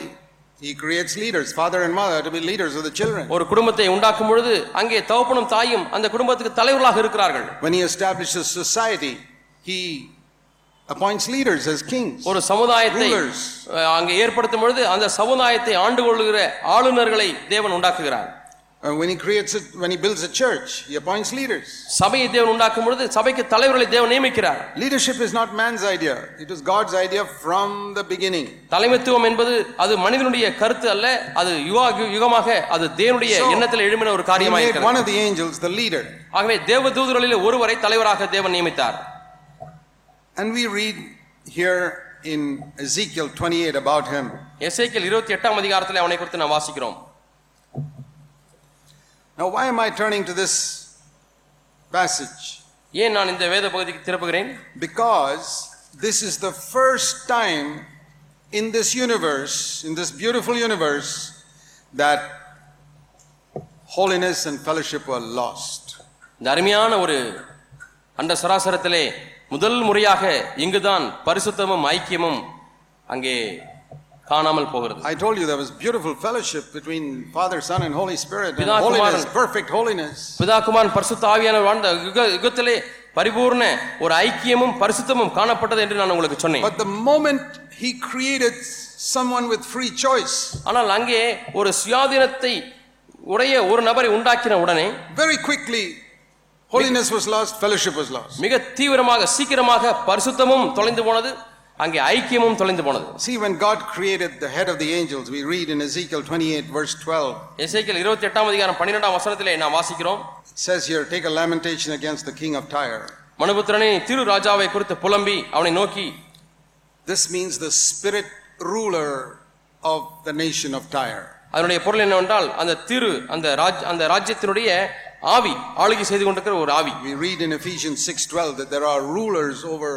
A: he creates leaders. Father and mother are to be leaders of the children.
B: ஒரு குடும்பத்தை உண்டாக்கும் பொழுது அங்கே தகப்பனும் தாயும் அந்த குடும்பத்துக்கு தலைவர்களாக இருக்கிறார்கள்
A: When he establishes society, he appoints leaders as kings.
B: ஒரு சமுதாயத்தை
A: Rulers.
B: அஹ், அங்கே ஏற்படுத்தும் பொழுது அந்த சமுதாயத்தை ஆண்டு கொள்ளுகிற ஆளுநர்களை தேவன் உண்டாக்குகிறார்
A: And Uh, when he creates it, when he builds a church, he appoints leaders.
B: சபையை தேவன் உண்டாக்கும் பொழுது சபைக்கு தலைவர்களை தேவன் நியமிக்கிறார்
A: Leadership is not man's idea. It was God's idea from the beginning.
B: தலைமைத்துவம் என்பது அது மனிதனுடைய கருத்து அல்ல அது யுகா யுகமாக அது தேவனுடைய
A: So,
B: எண்ணத்தில் எழுமின ஒரு
A: He
B: காரியமாக
A: made one
B: இருக்கிறது
A: of the angels the leader.
B: ஆகவே தேவ தூதர்களில் ஒருவரை தலைவராக தேவன் நியமித்தார்
A: And we read here in Ezekiel 28 about him.
B: எசேக்கியேல் இருபத்தி எட்டாம் அதிகாரத்தில் அவனை குறித்து நாம் வாசிக்கிறோம்
A: Now, why am I turning to this passage?
B: ஏன் நான் இந்த வேத பகுதிக்கு திருப்புகிறேன்
A: Because this is the first time in this universe, in this beautiful universe, that holiness and fellowship were lost.
B: இந்த அருமையான ஒரு அண்ட சராசரத்திலே முதல் முறையாக இங்குதான் பரிசுத்தமும் ஐக்கியமும் அங்கே காணாமல் போகிறது
A: I told you there was beautiful fellowship between Father, Son, and Holy Spirit. And
B: Pidha
A: holiness,
B: Kumaran.
A: perfect holiness.
B: பிதாகுமான் பரிசுத்த ஆவியான வாழ்ந்த யுக யுகத்திலே பரிபூர்ண ஒரு ஐக்கியமும் பரிசுத்தமும் காணப்பட்டது என்று நான் உங்களுக்கு சொன்னேன்
A: But the moment He created someone with free choice,
B: ஆனால் அங்கே ஒரு சுயாதீனத்தை உடைய ஒரு நபரை உண்டாக்கின உடனே
A: very quickly, holiness was lost, fellowship was lost.
B: மிக தீவிரமாக சீக்கிரமாக பரிசுத்தமும் தொலைந்து போனது அங்கே ஐக்கியமும் தொலைந்து போனது
A: See, when God created the head of the angels, we read in Ezekiel 28, verse 12,
B: எசேக்கியேல் இருபத்தி எட்டாம் அதிகாரம் பன்னிரெண்டாம் வசனத்திலே நாம் வாசிக்கிறோம்
A: it says here, Take a lamentation against the king of Tyre.
B: மனுபுத்திரனை திரு ராஜாவை குறித்து புலம்பி அவனை நோக்கி
A: This means the spirit ruler of the nation of Tyre.
B: அதனுடைய பொருள் என்னவென்றால் அந்த திரு அந்த ராஜ் அந்த ராஜ்யத்தினுடைய ஆவி ஆளுகை செய்து கொண்டிருக்கிற ஒரு ஆவி
A: We read in Ephesians 6 12 that there are rulers over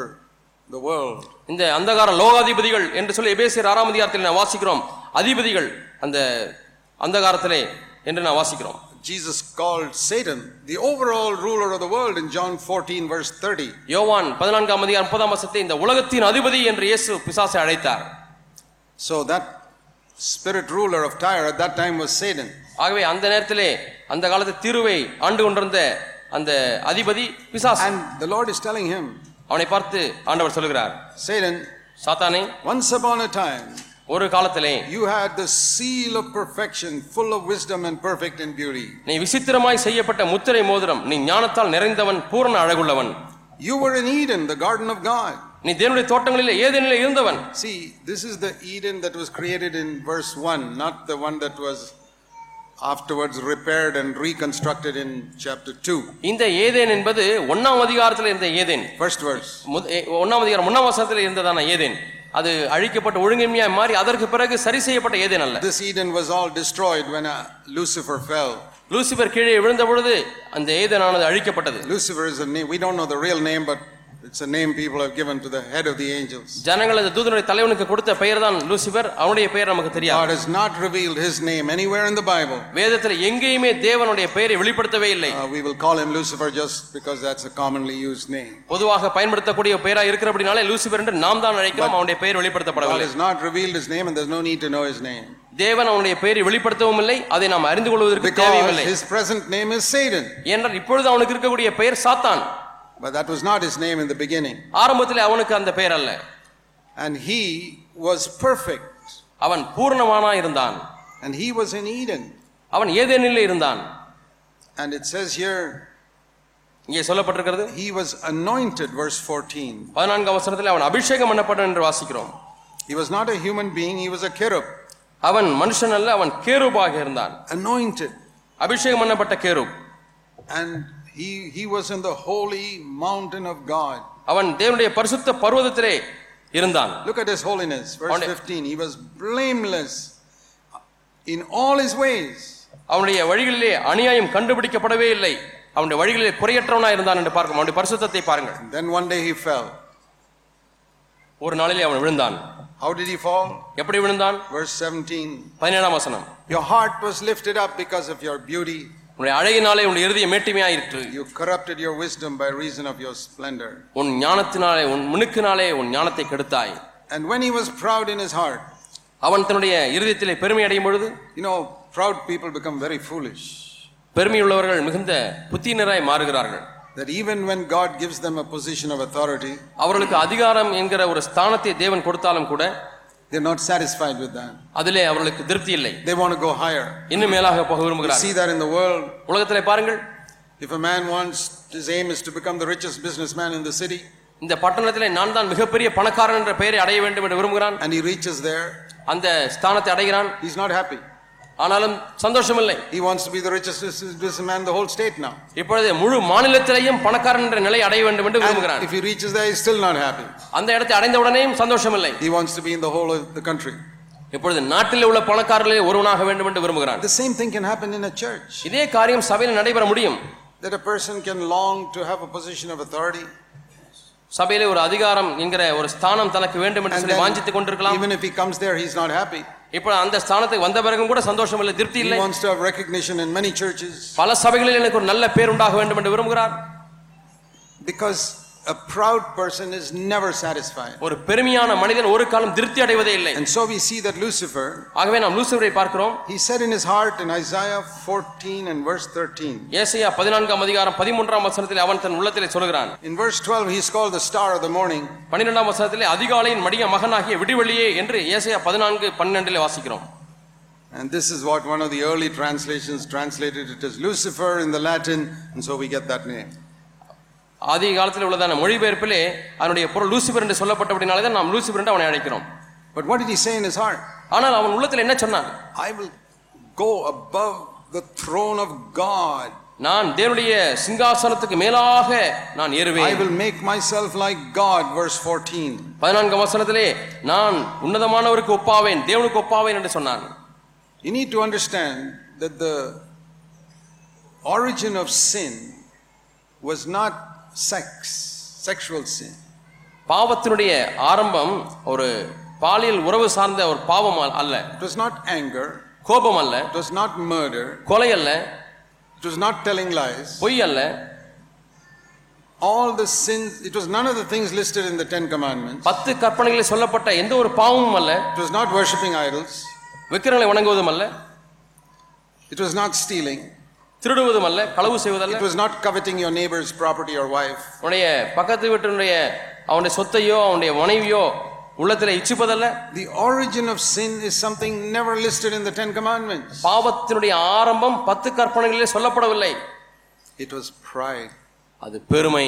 A: the world.
B: இந்த அந்தகார லோகாதிபதிகள் என்று சொல்லி எபேசியர் ஆறாம் அதிகாரத்தில் நாம் வாசிக்கிறோம் அதிபதிகள் அந்த அந்தகாரத்திலே என்று நாம் வாசிக்கிறோம்
A: Jesus called Satan the overall ruler of the world in John 14, verse 30.
B: யோவான் பதினான்காம் அதிகாரம் முப்பதாம் வசத்தை இந்த உலகத்தின் அதிபதி என்று இயேசு பிசாசை அழைத்தார்
A: So that spirit ruler of Tyre at that time was Satan.
B: ஆகவே அந்த நேரத்திலே அந்த காலத்து தீருவை ஆண்டு கொண்டிருந்த அந்த அதிபதி பிசாசு
A: And the Lord is telling him,
B: அவனை பார்த்து ஆண்டவர் சொல்கிறார்
A: Satan,
B: சாத்தானே
A: once upon a time,
B: ஒரு காலத்திலே
A: You had the seal of perfection, full of wisdom and perfect in beauty.
B: நீ விசித்திரமாய் செய்யப்பட்ட முத்திரை மோதிரம் நீ ஞானத்தால் நிறைந்தவன் பூரண அழகுள்ளவன்
A: You were in Eden, the garden of God.
B: நீ தேவனுடைய தோட்டங்களிலே ஏதேனிலே இருந்தவன்
A: See, this is the Eden that was created in verse 1, not the one that was afterwards repaired and reconstructed in chapter 2.
B: இந்த ஏதேன் என்பது ஒன்னாம் அதிகாரத்தில் இருந்த ஏதேன்
A: First verse.
B: முத்- ஏ- ஒண்ணாம் அதிகாரம் ஒன்னாம் வசனத்தில் இருந்ததான ஏதேன் அது அழிக்கப்பட்ட ஒழுங்கின்மையாய் மாறி அதற்கு பிறகு சரி செய்யப்பட்ட ஏதேன் அல்ல
A: This Eden was all destroyed when uh, Lucifer fell.
B: Lucifer கீழே விழுந்த பொழுது அந்த ஏதேனானது அழிக்கப்பட்டது
A: Lucifer is a name, we don't know the real name, but it's a name people have given to the head of the angels.
B: ஜனங்கள் அந்த தூதனுடைய தலைவனுக்கு கொடுத்த பெயர் தான் லூசிபர் அவனுடைய பெயர் நமக்கு
A: God
B: தெரியாது
A: has not revealed his name anywhere in the Bible.
B: வேதத்தில் எங்கேயுமே தேவனுடைய பெயரை வெளிப்படுத்தவே இல்லை
A: Uh, we will call him Lucifer just because that's a commonly used name.
B: பொதுவாக பயன்படுத்தக்கூடிய பெயரா இருக்கிற அப்படினாலே லூசிபர் என்று நாம் தான் அழைக்கிறோம் அவனுடைய பெயர்
A: God
B: வெளிப்படுத்தப்படவில்லை
A: has not revealed his name, and there's no need to know his name.
B: தேவன் அவனுடைய பெயரை வெளிப்படுத்தவும் இல்லை அதை நாம் அறிந்து கொள்வதற்கு தேவையும்
A: Because
B: இல்லை
A: his present name is Satan.
B: ஏனென்றால் இப்பொழுது அவனுக்கு இருக்கக்கூடிய பெயர் சாத்தான்
A: But that was not his name in the beginning.
B: ஆரம்பத்திலே அவனுக்கு அந்த பெயர் அல்ல
A: And he was perfect,
B: அவன் பூர்ணமானா இருந்தான்
A: and he was in Eden.
B: அவன் ஏதேனிலே இருந்தான்
A: And it says here,
B: இங்கே சொல்லப்பட்டிருக்கிறது
A: he was anointed, verse 14.
B: பதினான்கு அவசரத்தில் அவன் அபிஷேகம் பண்ணப்பட்டான் என்று வாசிக்கிறோம்
A: He was not a human being, he was a cherub.
B: அவன் மனுஷன் அல்ல அவன் கேருபாக இருந்தான்
A: Anointed.
B: அபிஷேகம் பண்ணப்பட்ட கேருப்
A: And he, he was in the holy mountain of God.
B: அவன் தேவனுடைய பரிசுத்த பர்வதத்திலே இருந்தான்
A: Look at his holiness, verse
B: Only-
A: 15. He was blameless in all his ways.
B: அவனுடைய வழிகளிலே அநியாயம் கண்டுபிடிக்கப்படவே இல்லை அவனுடைய வழிகளிலே குறையற்றவனா இருந்தான் என்று பார்க்கும் அவனுடைய பரிசுத்தத்தை பாருங்கள்
A: And then one day he fell.
B: ஒரு நாளிலே அவன் விழுந்தான்
A: How did he fall?
B: எப்படி விழுந்தான்
A: Verse 17.
B: பதினேழாம் வசனம்
A: Your heart was lifted up because of your beauty.
B: உன்னுடைய அழகினாலே உன்னுடைய இருதயம் மேட்டுமையாயிற்று
A: You corrupted your wisdom by reason of your splendor.
B: உன் ஞானத்தினாலே உன் முனுக்கினாலே உன் ஞானத்தை கெடுத்தாய்
A: And when he was proud in his heart,
B: அவன் தன்னுடைய இருதயத்திலே பெருமை அடையும் பொழுது
A: you know, proud people become very foolish.
B: பெருமையுள்ளவர்கள் மிகுந்த புத்தியினராய் மாறுகிறார்கள்
A: That even when God gives them a position of authority,
B: அவர்களுக்கு அதிகாரம் என்கிற ஒரு ஸ்தானத்தை தேவன் கொடுத்தாலும் கூட
A: they're not satisfied with that.
B: அதிலே அவர்களுக்கு திருப்தி இல்லை
A: They want to go higher.
B: இன்னும் மேலாக போக
A: You
B: விரும்புகிறார்கள்
A: see that in the world.
B: உலகத்திலே பாருங்கள்
A: If a man wants, his aim is to become the richest businessman in the city,
B: இந்த பட்டணத்திலே நான் தான் மிகப்பெரிய பணக்காரன் என்ற பெயரை அடைய வேண்டும் என்று விரும்புகிறான்
A: and he reaches there,
B: அந்த ஸ்தானத்தை அடைகிறான்
A: he's not happy.
B: ஆனாலும் சந்தோஷமில்லை
A: He wants to be the richest business- businessman in the whole state now.
B: இப்பொழுது முழு மாநிலத்திலேயும் பணக்காரன் என்ற நிலை அடைய வேண்டும் என்று
A: And
B: விரும்புகிறான்
A: if he reaches there, he's still not happy.
B: அந்த இடத்தை அடைந்த உடனேயும் சந்தோஷமில்லை
A: He wants to be in the whole of the country.
B: இப்பொழுது நாட்டில் உள்ள பணக்காரர்களே ஒருவனாக வேண்டும் என்று விரும்புகிறான்
A: The same thing can happen in a church.
B: இதே காரியம் சபையில் நடைபெற முடியும்
A: That a person can long to have a position of authority.
B: சபையிலே ஒரு அதிகாரம் என்கிற ஒரு ஸ்தானம் தனக்கு வேண்டும் என்று
A: And
B: சொல்லி வாஞ்சித்துக்
A: then,
B: கொண்டிருக்கலாம்
A: even if he comes there, he's not happy.
B: இப்போ அந்த ஸ்தானத்துக்கு வந்த பிறகும் கூட சந்தோஷம் இல்லை திருப்தி
A: He
B: இல்லை
A: wants to have recognition in many churches
B: பல சபைகளில் எனக்கு ஒரு நல்ல பேர் உண்டாக வேண்டும் என்று விரும்புகிறார்
A: because a proud person is never satisfied.
B: ஒரு பெருமையான மனிதன் ஒரு காலம் திருப்தி அடைவதே இல்லை
A: And so we see that Lucifer,
B: ஆகவே நாம் லூசிபரை பார்க்கிறோம்
A: he said in his heart in Isaiah 14 and verse 13.
B: ஏசாயா பதினான்காம் அதிகாரம் பதிமூன்றாம் வசனத்தில் அவன் தன் உள்ளத்திலே சொல்கிறான்
A: In verse 12, he's called the star of the morning.
B: பன்னிரெண்டாம் வசனத்திலே அதிகாலையின் மடிய மகனாகிய விடிவெளியே என்று ஏசாயா பதினான்கு பன்னெண்டிலே வாசிக்கிறோம்
A: And this is what one of the early translations translated it as Lucifer in the Latin, and so we get that name.
B: ஆதி காலத்தில் உள்ளதான மொழிபெயர்ப்பிலே அதனுடைய பொருள் லூசிபர் என்று சொல்லப்பட்டபடினாலே தான் நாம் லூசிபர் என்று அவனை அழைக்கிறோம்
A: But what did he say in his heart?
B: ஆனால் அவன் உள்ளத்தில் என்ன சொன்னான்
A: I will go above the throne of God.
B: நான் தேவனுடைய சிங்காசனத்துக்கு மேலாக நான்
A: I
B: ஏறுவேன்
A: will make myself like God, verse 14.
B: பதினான்கு வசனத்திலே நான் உன்னதமானவருக்கு ஒப்பாவேன் தேவனுக்கு ஒப்பாவேன் என்று சொன்னான்
A: You need to understand that the origin of sin was not sex, sexual sin.
B: பாவத்தினுடைய ஆரம்பம் ஒரு பாலியல் உறவு சார்ந்த ஒரு பாவம் அ- அல்ல
A: It was not anger,
B: கோபம் அல்ல
A: it was not murder,
B: கொலை அல்ல
A: it was not telling lies.
B: பொய் அல்ல
A: All the sins, it was none of the things listed in the Ten Commandments.
B: பத்து கற்பனைகளில் சொல்லப்பட்ட எந்த ஒரு பாவமும் அல்ல
A: It was not worshipping idols,
B: விக்கிரங்களை வணங்குவதும் அல்ல
A: it was not stealing,
B: திருடுவதும் அல்ல களவு செய்வதல்ல
A: it was not coveting your neighbor's property or wife.
B: உன்னுடைய பக்கத்து வீட்டினுடைய அவனுடைய சொத்தையோ அவனுடைய மனைவியோ உள்ளத்தில் இச்சிப்பதல்ல
A: The origin of sin is something never listed in the Ten Commandments.
B: பாவத்தினுடைய ஆரம்பம் பத்து கற்பனைகளிலே சொல்லப்படவில்லை
A: It was pride.
B: அது பெருமை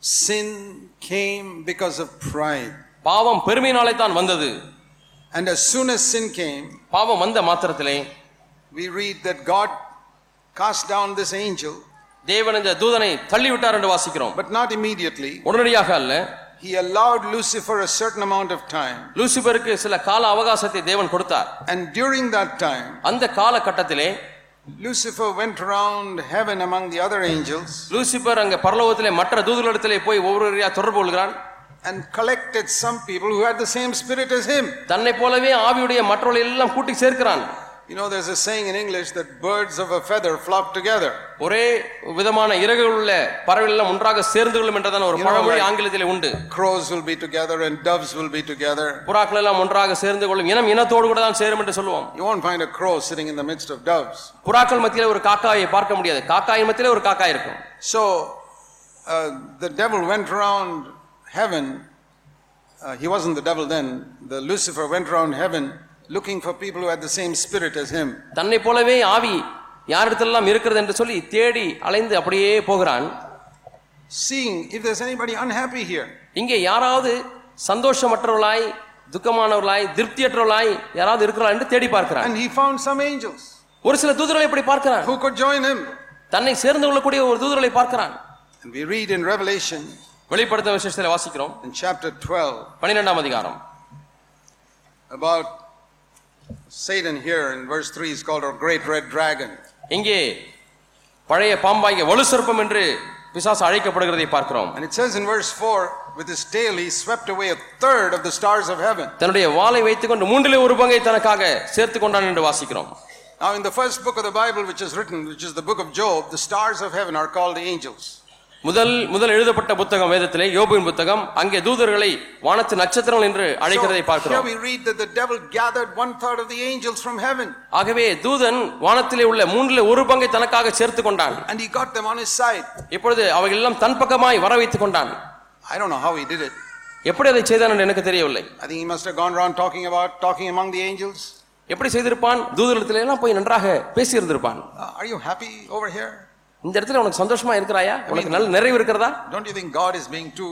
A: Sin came because of pride.
B: பாவம் பெருமையினாலே தான் வந்தது
A: And as soon as sin came,
B: பாவம் வந்த மாத்திரத்திலே
A: we read that God cast down this angel,
B: தேவன் இந்த தூதனை தள்ளிவிட்டார் என்று வாசிக்கிறோம்
A: but not immediately.
B: உடனடியாக அல்ல
A: He allowed Lucifer a certain amount of time.
B: லூசிபருக்கு சில கால அவகாசத்தை தேவன் கொடுத்தார்
A: And during that time,
B: அந்த காலகட்டத்திலே
A: Lucifer went around heaven among the other angels
B: Lucifer அங்க பரலோகத்திலே மற்ற தூதர்களிடத்திலே போய் ஒவ்வொருவரையா தொடர்பு கொள்கிறான்
A: and collected some people who had the same spirit as him.
B: தன்னை போலவே ஆவியுடைய மற்றவர்களை எல்லாம் கூட்டி சேர்க்கிறான்
A: You know, there's a saying in English that birds of a feather flock together.
B: ஒரே விதமான இறகுகள் உள்ள பறவைகள் எல்லாம் ஒன்றாக சேர்ந்து கொள்ளும் என்றதான ஒரு பழமொழி ஆங்கிலத்திலே உண்டு
A: Crows will be together and doves will be together.
B: புறாக்கள் எல்லாம் ஒன்றாக சேர்ந்து கொள்ளும் இனம் இனத்தோடு கூட தான் சேரும் என்று சொல்லுவோம்
A: You won't find a crow sitting in the midst of doves.
B: புறாக்கள் மத்தியில ஒரு காக்காயை பார்க்க முடியாது காக்காயின் மத்தியில ஒரு காக்காய் இருக்கும்
A: So uh, the devil went around heaven. Uh, he wasn't the devil then. The Lucifer went around heaven looking for people who had the same spirit as him.
B: தன்னை போலவே ஆவி யாரிடத்திலெல்லாம் இருக்கிறது என்று சொல்லி தேடி அலைந்து அப்படியே போகிறான்
A: Seeing if there's anybody unhappy here.
B: இங்கே யாராவது சந்தோஷமற்றவர்களாய் துக்கமானவர்களாய் திருப்தியற்றவர்களாய் யாராவது இருக்கிறாள் என்று தேடி பார்க்கிறான்
A: And he found some angels
B: ஒரு சில தூதர்களை இப்படி பார்க்கிறான்
A: who could join him.
B: தன்னை சேர்ந்து கொள்ளக்கூடிய ஒரு தூதர்களை பார்க்கிறான்
A: And we read in Revelation
B: வெளிப்படுத்த விசேஷத்தில் வாசிக்கிறோம்
A: in chapter 12
B: பன்னிரெண்டாம் அதிகாரம்
A: about Satan here in verse 3 is called a great red dragon.
B: இங்கே பழைய பாம்பாய்ங்க வலு சர்ப்பம் என்று பிசாசு அழைக்கப்படுகிறதை பார்க்கிறோம்
A: And it says in verse 4 with his tail he swept away a third of the stars of heaven.
B: தன்னுடைய வாளை வைத்துக்கொண்டு மூன்றிலே ஒரு பங்கை தனக்காக சேர்த்து கொண்டான் என்று வாசிக்கிறோம்
A: Now, in the first book of the Bible, which is written, which is the book of Job, the stars of heaven are called the angels.
B: முதல் முதல் எழுதப்பட்ட புத்தகம் வேதத்திலே யோபுவின் புத்தகம் அங்கே தூதர்களை வானத்து நட்சத்திரங்கள் என்று
A: So,
B: அழைக்கிறதை
A: here
B: பார்க்கிறோம்
A: we read that the devil gathered one third of the angels from heaven
B: ஆகவே தூதன் வானத்திலே உள்ள மூன்றிலே ஒரு பங்கை தனக்காக சேர்த்து கொண்டான்
A: and he got them on his side.
B: இப்பொழுது அவைகள் எல்லாம் தன் பக்கமாய் வர வைத்துக் கொண்டான்
A: I don't know how he did it.
B: எப்படி அதை செய்தான் என்று எனக்கு தெரியவில்லை
A: I think he must have gone around talking about talking among the angels.
B: எப்படி செய்திருப்பான் தூதரிடத்திலே எல்லாம் போய் நன்றாக பேசியிருந்திருப்பான்
A: Uh, are you happy over here?
B: இந்த இடத்துல உனக்கு சந்தோஷமா இருக்கிறாயா உனக்கு நல்ல நிறைவு இருக்கிறதா
A: Don't you think God is being too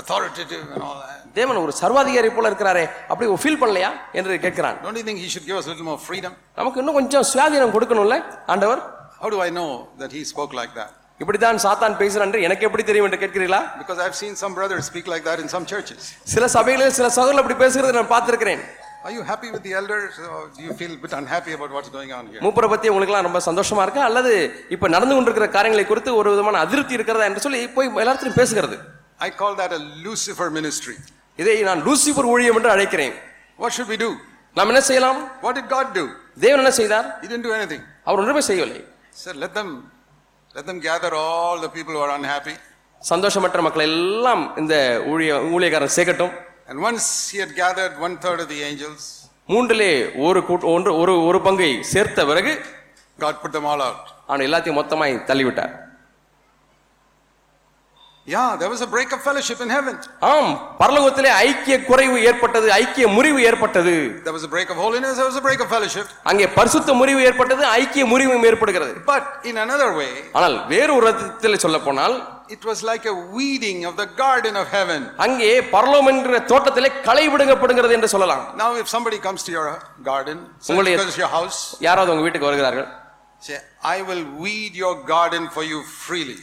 A: authoritative and all that?
B: தேவன் ஒரு சர்வாதிகாரி போல இருக்கிறாரே அப்படி ஃபீல் பண்ணலையா என்று கேட்கிறான்
A: Don't you think he should give us a little more freedom?
B: நமக்கு இன்னும் கொஞ்சம் சுயாதீனம் கொடுக்கணும்ல ஆண்டவர்
A: How do I know that he spoke like that?
B: இப்படித்தான் சாத்தான் பேசுறான் என்று எனக்கு எப்படி தெரியும் என்று கேட்கிறீர்களா
A: Because I've seen some brothers speak like that in some churches.
B: சில சபைகளில் சில சகோதரர்கள் அப்படி பேசுகிறதை நான் பார்த்திருக்கிறேன்
A: Are you happy with the elders or do you feel a bit unhappy about what's going on here?
B: மூப்பரை பத்தி உங்களுக்குலாம் ரொம்ப சந்தோஷமா இருக்கா அல்லது இப்ப நடந்து கொண்டிருக்கிற காரியங்களை குறித்து ஒரு விதமான அதிருப்தி இருக்கிறதா என்று சொல்லி போய் எல்லாத்தையும் பேசுகிறது
A: I call that a Lucifer ministry.
B: இதை நான் லூசிபர் ஊழியம் என்று அழைக்கிறேன்
A: What should we do?
B: நாம் என்ன செய்யலாம்
A: What did God do?
B: தேவன் என்ன செய்தார்
A: He didn't do anything.
B: அவர் ஒன்றுமே செய்யவில்லை
A: He said, let them, let them gather all the people who are unhappy.
B: சந்தோஷமற்ற மக்களை எல்லாம் இந்த ஊழிய ஊழியக்காரன் சேர்க்கட்டும்
A: And once he had gathered one third of the angels,
B: மூன்றிலே ஒரு கூட் ஒன்று ஒரு ஒரு பங்கை சேர்த்த பிறகு
A: God put them all out.
B: அவன் எல்லாத்தையும் மொத்தமாய் தள்ளிவிட்டார்
A: Yeah, there was a break of fellowship in heaven.
B: ஆம் பரலோகத்திலே ஐக்கிய குறைவு ஏற்பட்டது ஐக்கிய முறிவு ஏற்பட்டது
A: There was a break of holiness, there was a break of fellowship.
B: அங்கே பரிசுத்த முறிவு ஏற்பட்டது ஐக்கிய முறிவும் ஏற்படுகிறது
A: But in another way,
B: ஆனால் வேறு ஒரு விதத்தில் சொல்ல போனால்
A: it was like a weeding of the garden of heaven.
B: அங்கே பரலோகம் என்ற தோட்டத்திலே களை விடுங்கப்படுகிறது என்று சொல்லலாம்
A: Now, if somebody comes to your garden, somebody
B: உங்களுடைய-
A: comes to your house,
B: யாராவது உங்க வீட்டுக்கு வருகிறார்கள்
A: say, I will weed your garden for you freely.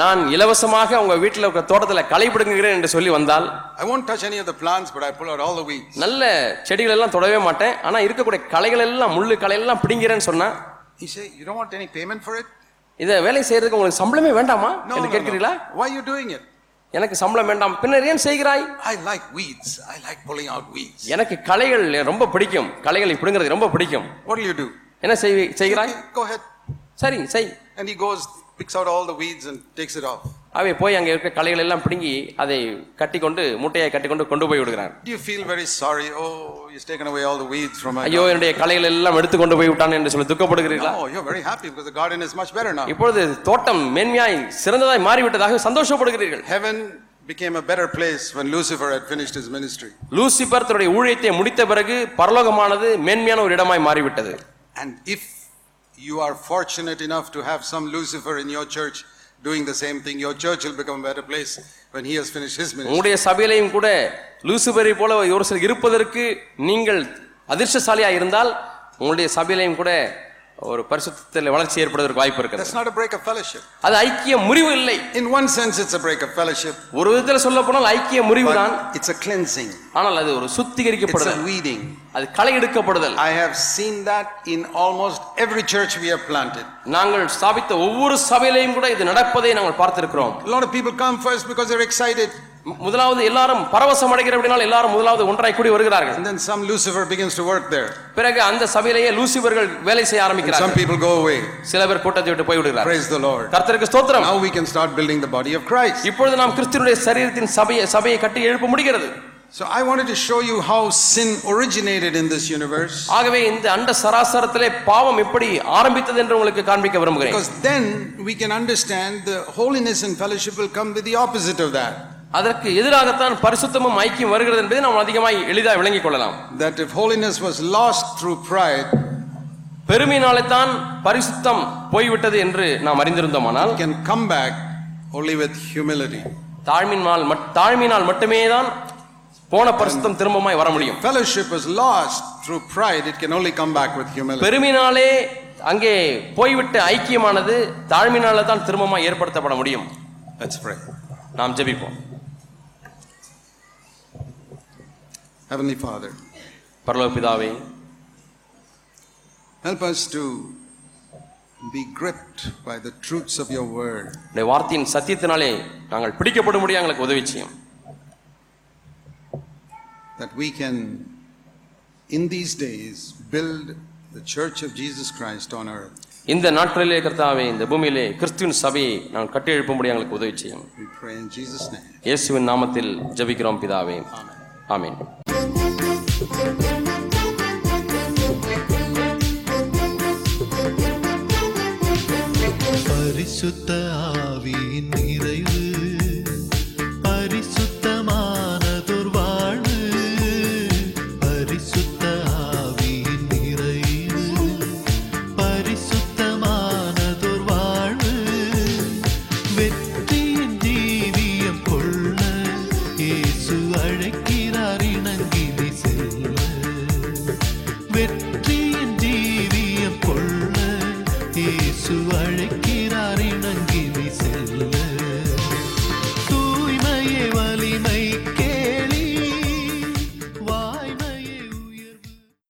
B: நான் இலவசமாக உங்க வீட்டில் இருக்கிற தோட்டத்தில் களை பிடுங்குகிறேன் என்று சொல்லி வந்தால்
A: I won't touch any of the plants, but I pull out all the weeds.
B: நல்ல செடிகள் எல்லாம் தொடவே மாட்டேன் ஆனா இருக்கக்கூடிய களைகள் எல்லாம் முள்ளு களை எல்லாம் பிடிங்கிறேன்னு சொன்னா
A: He say, you don't want any payment for it?
B: இதை வேலை செய்யறதுக்கு உங்களுக்கு சம்பளமே வேண்டாமா என்று கேட்கிறீங்களா
A: Why are you doing it?
B: எனக்கு சம்பளம் வேண்டாம் பின்னர் ஏன் செய்கிறாய்
A: I like weeds. I like pulling out weeds.
B: எனக்கு களைகள் ரொம்ப பிடிக்கும் களைகளை பிடுங்கிறது ரொம்ப பிடிக்கும்
A: What do you do?
B: என்ன செய்வி செய்கிறாய்
A: Okay, go ahead.
B: சரி செய்
A: And he goes, picks out all the weeds and takes it off.
B: அவை போய் அங்கே இருக்கிற களைகள் எல்லாம் பிடுங்கி அதை கட்டிக்கொண்டு மூட்டையை கட்டிக்கொண்டு கொண்டு போய் விடுகிறான்
A: Do you feel very sorry? Oh, he's taken away all the weeds from my
B: ஐயோ என்னுடைய களைகள் எல்லாம் எடுத்து கொண்டு போய் விட்டான் என்று சொல்லி துக்கப்படுகிறீர்களா
A: Oh, you're very happy because the garden is much better now.
B: இப்பொழுது தோட்டம் மேன்மையாய் சிறந்ததாய் மாறிவிட்டதாக சந்தோஷப்படுகிறீர்கள்
A: Heaven became a better place when Lucifer had finished his ministry.
B: Lucifer தன்னுடைய ஊழியத்தை முடித்த பிறகு பரலோகமானது மேன்மையான ஒரு இடமாய் மாறிவிட்டது
A: And if you are fortunate enough to have some Lucifer in your church doing the same thing, your church will become a better place when he has finished his ministry.
B: உங்களுடைய சபையிலையும் கூட லூசிபரை போல ஒரு சிலர் இருப்பதற்கு நீங்கள் அதிர்ஷ்டசாலியா இருந்தால் உங்களுடைய சபையிலையும் கூட ஒரு பரிசுத்தத்தில் வளர்ச்சி ஏற்படுவதற்கு வாய்ப்பு
A: That's
B: இருக்கிறது
A: not a break of fellowship.
B: அது ஐக்கிய முறிவு இல்லை
A: In one sense, it's a break of fellowship,
B: ஒரு விதத்தில் சொல்ல போனால் ஐக்கிய முறிவு தான்
A: but it's a cleansing,
B: ஆனால் அது ஒரு
A: it's a
B: சுத்திகரிக்கப்படுதல்
A: weeding.
B: அது களை எடுக்கப்படுதல்
A: I have seen that in almost every church we have planted.
B: நாங்கள் ஸ்தாபித்த ஒவ்வொரு சபையிலையும் கூட இது நடப்பதை நாங்கள் பார்த்திருக்கிறோம்
A: A lot of people come first because they're excited,
B: மு- முதலாவது எல்லாரும் பரவசம் அடைகிற அப்படினால் எல்லாரும் முதலாவது ஒன்றாய் கூடி வருகிறார்கள்
A: and then some Lucifer begins to work there,
B: பிறகு அந்த சபையிலேயே லூசிபர்கள் வேலை செய்ய
A: and some
B: ஆரம்பிக்கிறார்கள்
A: people go away.
B: சில பேர் கூட்டத்தை விட்டு போய் விடுகிறார்கள்
A: Praise the Lord.
B: கர்த்தருக்கு ஸ்தோத்திரம்
A: Now we can start building the body of Christ.
B: இப்பொழுது நாம் கிறிஸ்துவனுடைய சரீரத்தின் சபையை சபையை கட்டி எழுப்ப முடிகிறது
A: So I wanted to show you how sin originated in this universe.
B: ஆகவே இந்த அண்ட சராசரத்திலே பாவம் எப்படி ஆரம்பித்தது என்று உங்களுக்கு காண்பிக்க விரும்புகிறேன்
A: Because then we can understand the holiness and fellowship will come with the opposite of that.
B: அதற்கு எதிராகத்தான் பரிசுத்தமும் ஐக்கியம் வருகிறது என்பதை நாம் அதிகமாய் எளிதாக விளங்கிக் கொள்ளலாம்
A: That if holiness was lost through pride,
B: பெருமையினாலே தான் பரிசுத்தம் போய்விட்டது என்று நாம் அறிந்திருந்தோமானால்
A: it can come back only with humility.
B: தாழ்மினால் மட்- தாழ்மையினால் மட்டுமே தான் போன பரிசுத்தம் திரும்பமாய் வர முடியும்
A: Fellowship was lost through pride, it can only come back with humility.
B: பெருமையினாலே அங்கே போய்விட்ட ஐக்கியமானது தாழ்மையினால தான் திரும்பமாய் ஏற்படுத்தப்பட முடியும்
A: Let's pray.
B: நாம் ஜெபிப்போம்
A: Heavenly Father,
B: பரலோக பிதாவே
A: help us to be gripped by the truths of your word.
B: உடைய வார்த்தையின் சத்தியத்தினாலே நாங்கள் பிடிக்கப்படும்படியாக எங்களுக்கு உதவி செய்யும்
A: that we can, in these days, build the Church of Jesus Christ on earth.
B: இந்த நாட்களிலே கர்த்தாவே இந்த பூமியிலே கிறிஸ்துவின் சபையை நாங்கள் கட்டி எழுப்பும்படியாக எங்களுக்கு உதவி செய்யும்
A: We pray in Jesus' name.
B: இயேசுவின் நாமத்தில் ஜெபிக்கிறோம் பிதாவே ஆமென்
C: பரிசுத்த ஆவியின் நிறைவு பரிசுத்தமானதொரு வாழ்வு பரிசுத்த ஆவியின் நிறைவு பரிசுத்தமானதொரு வாழ்வு வெற்றியின் ஜீவியம் கொள்ள இயேசு அழைக்கிறார் இணங்கினி செல்ல வெற்றியின் ஜீவியம் கொள்ள இயேசு அழைக்கிறார்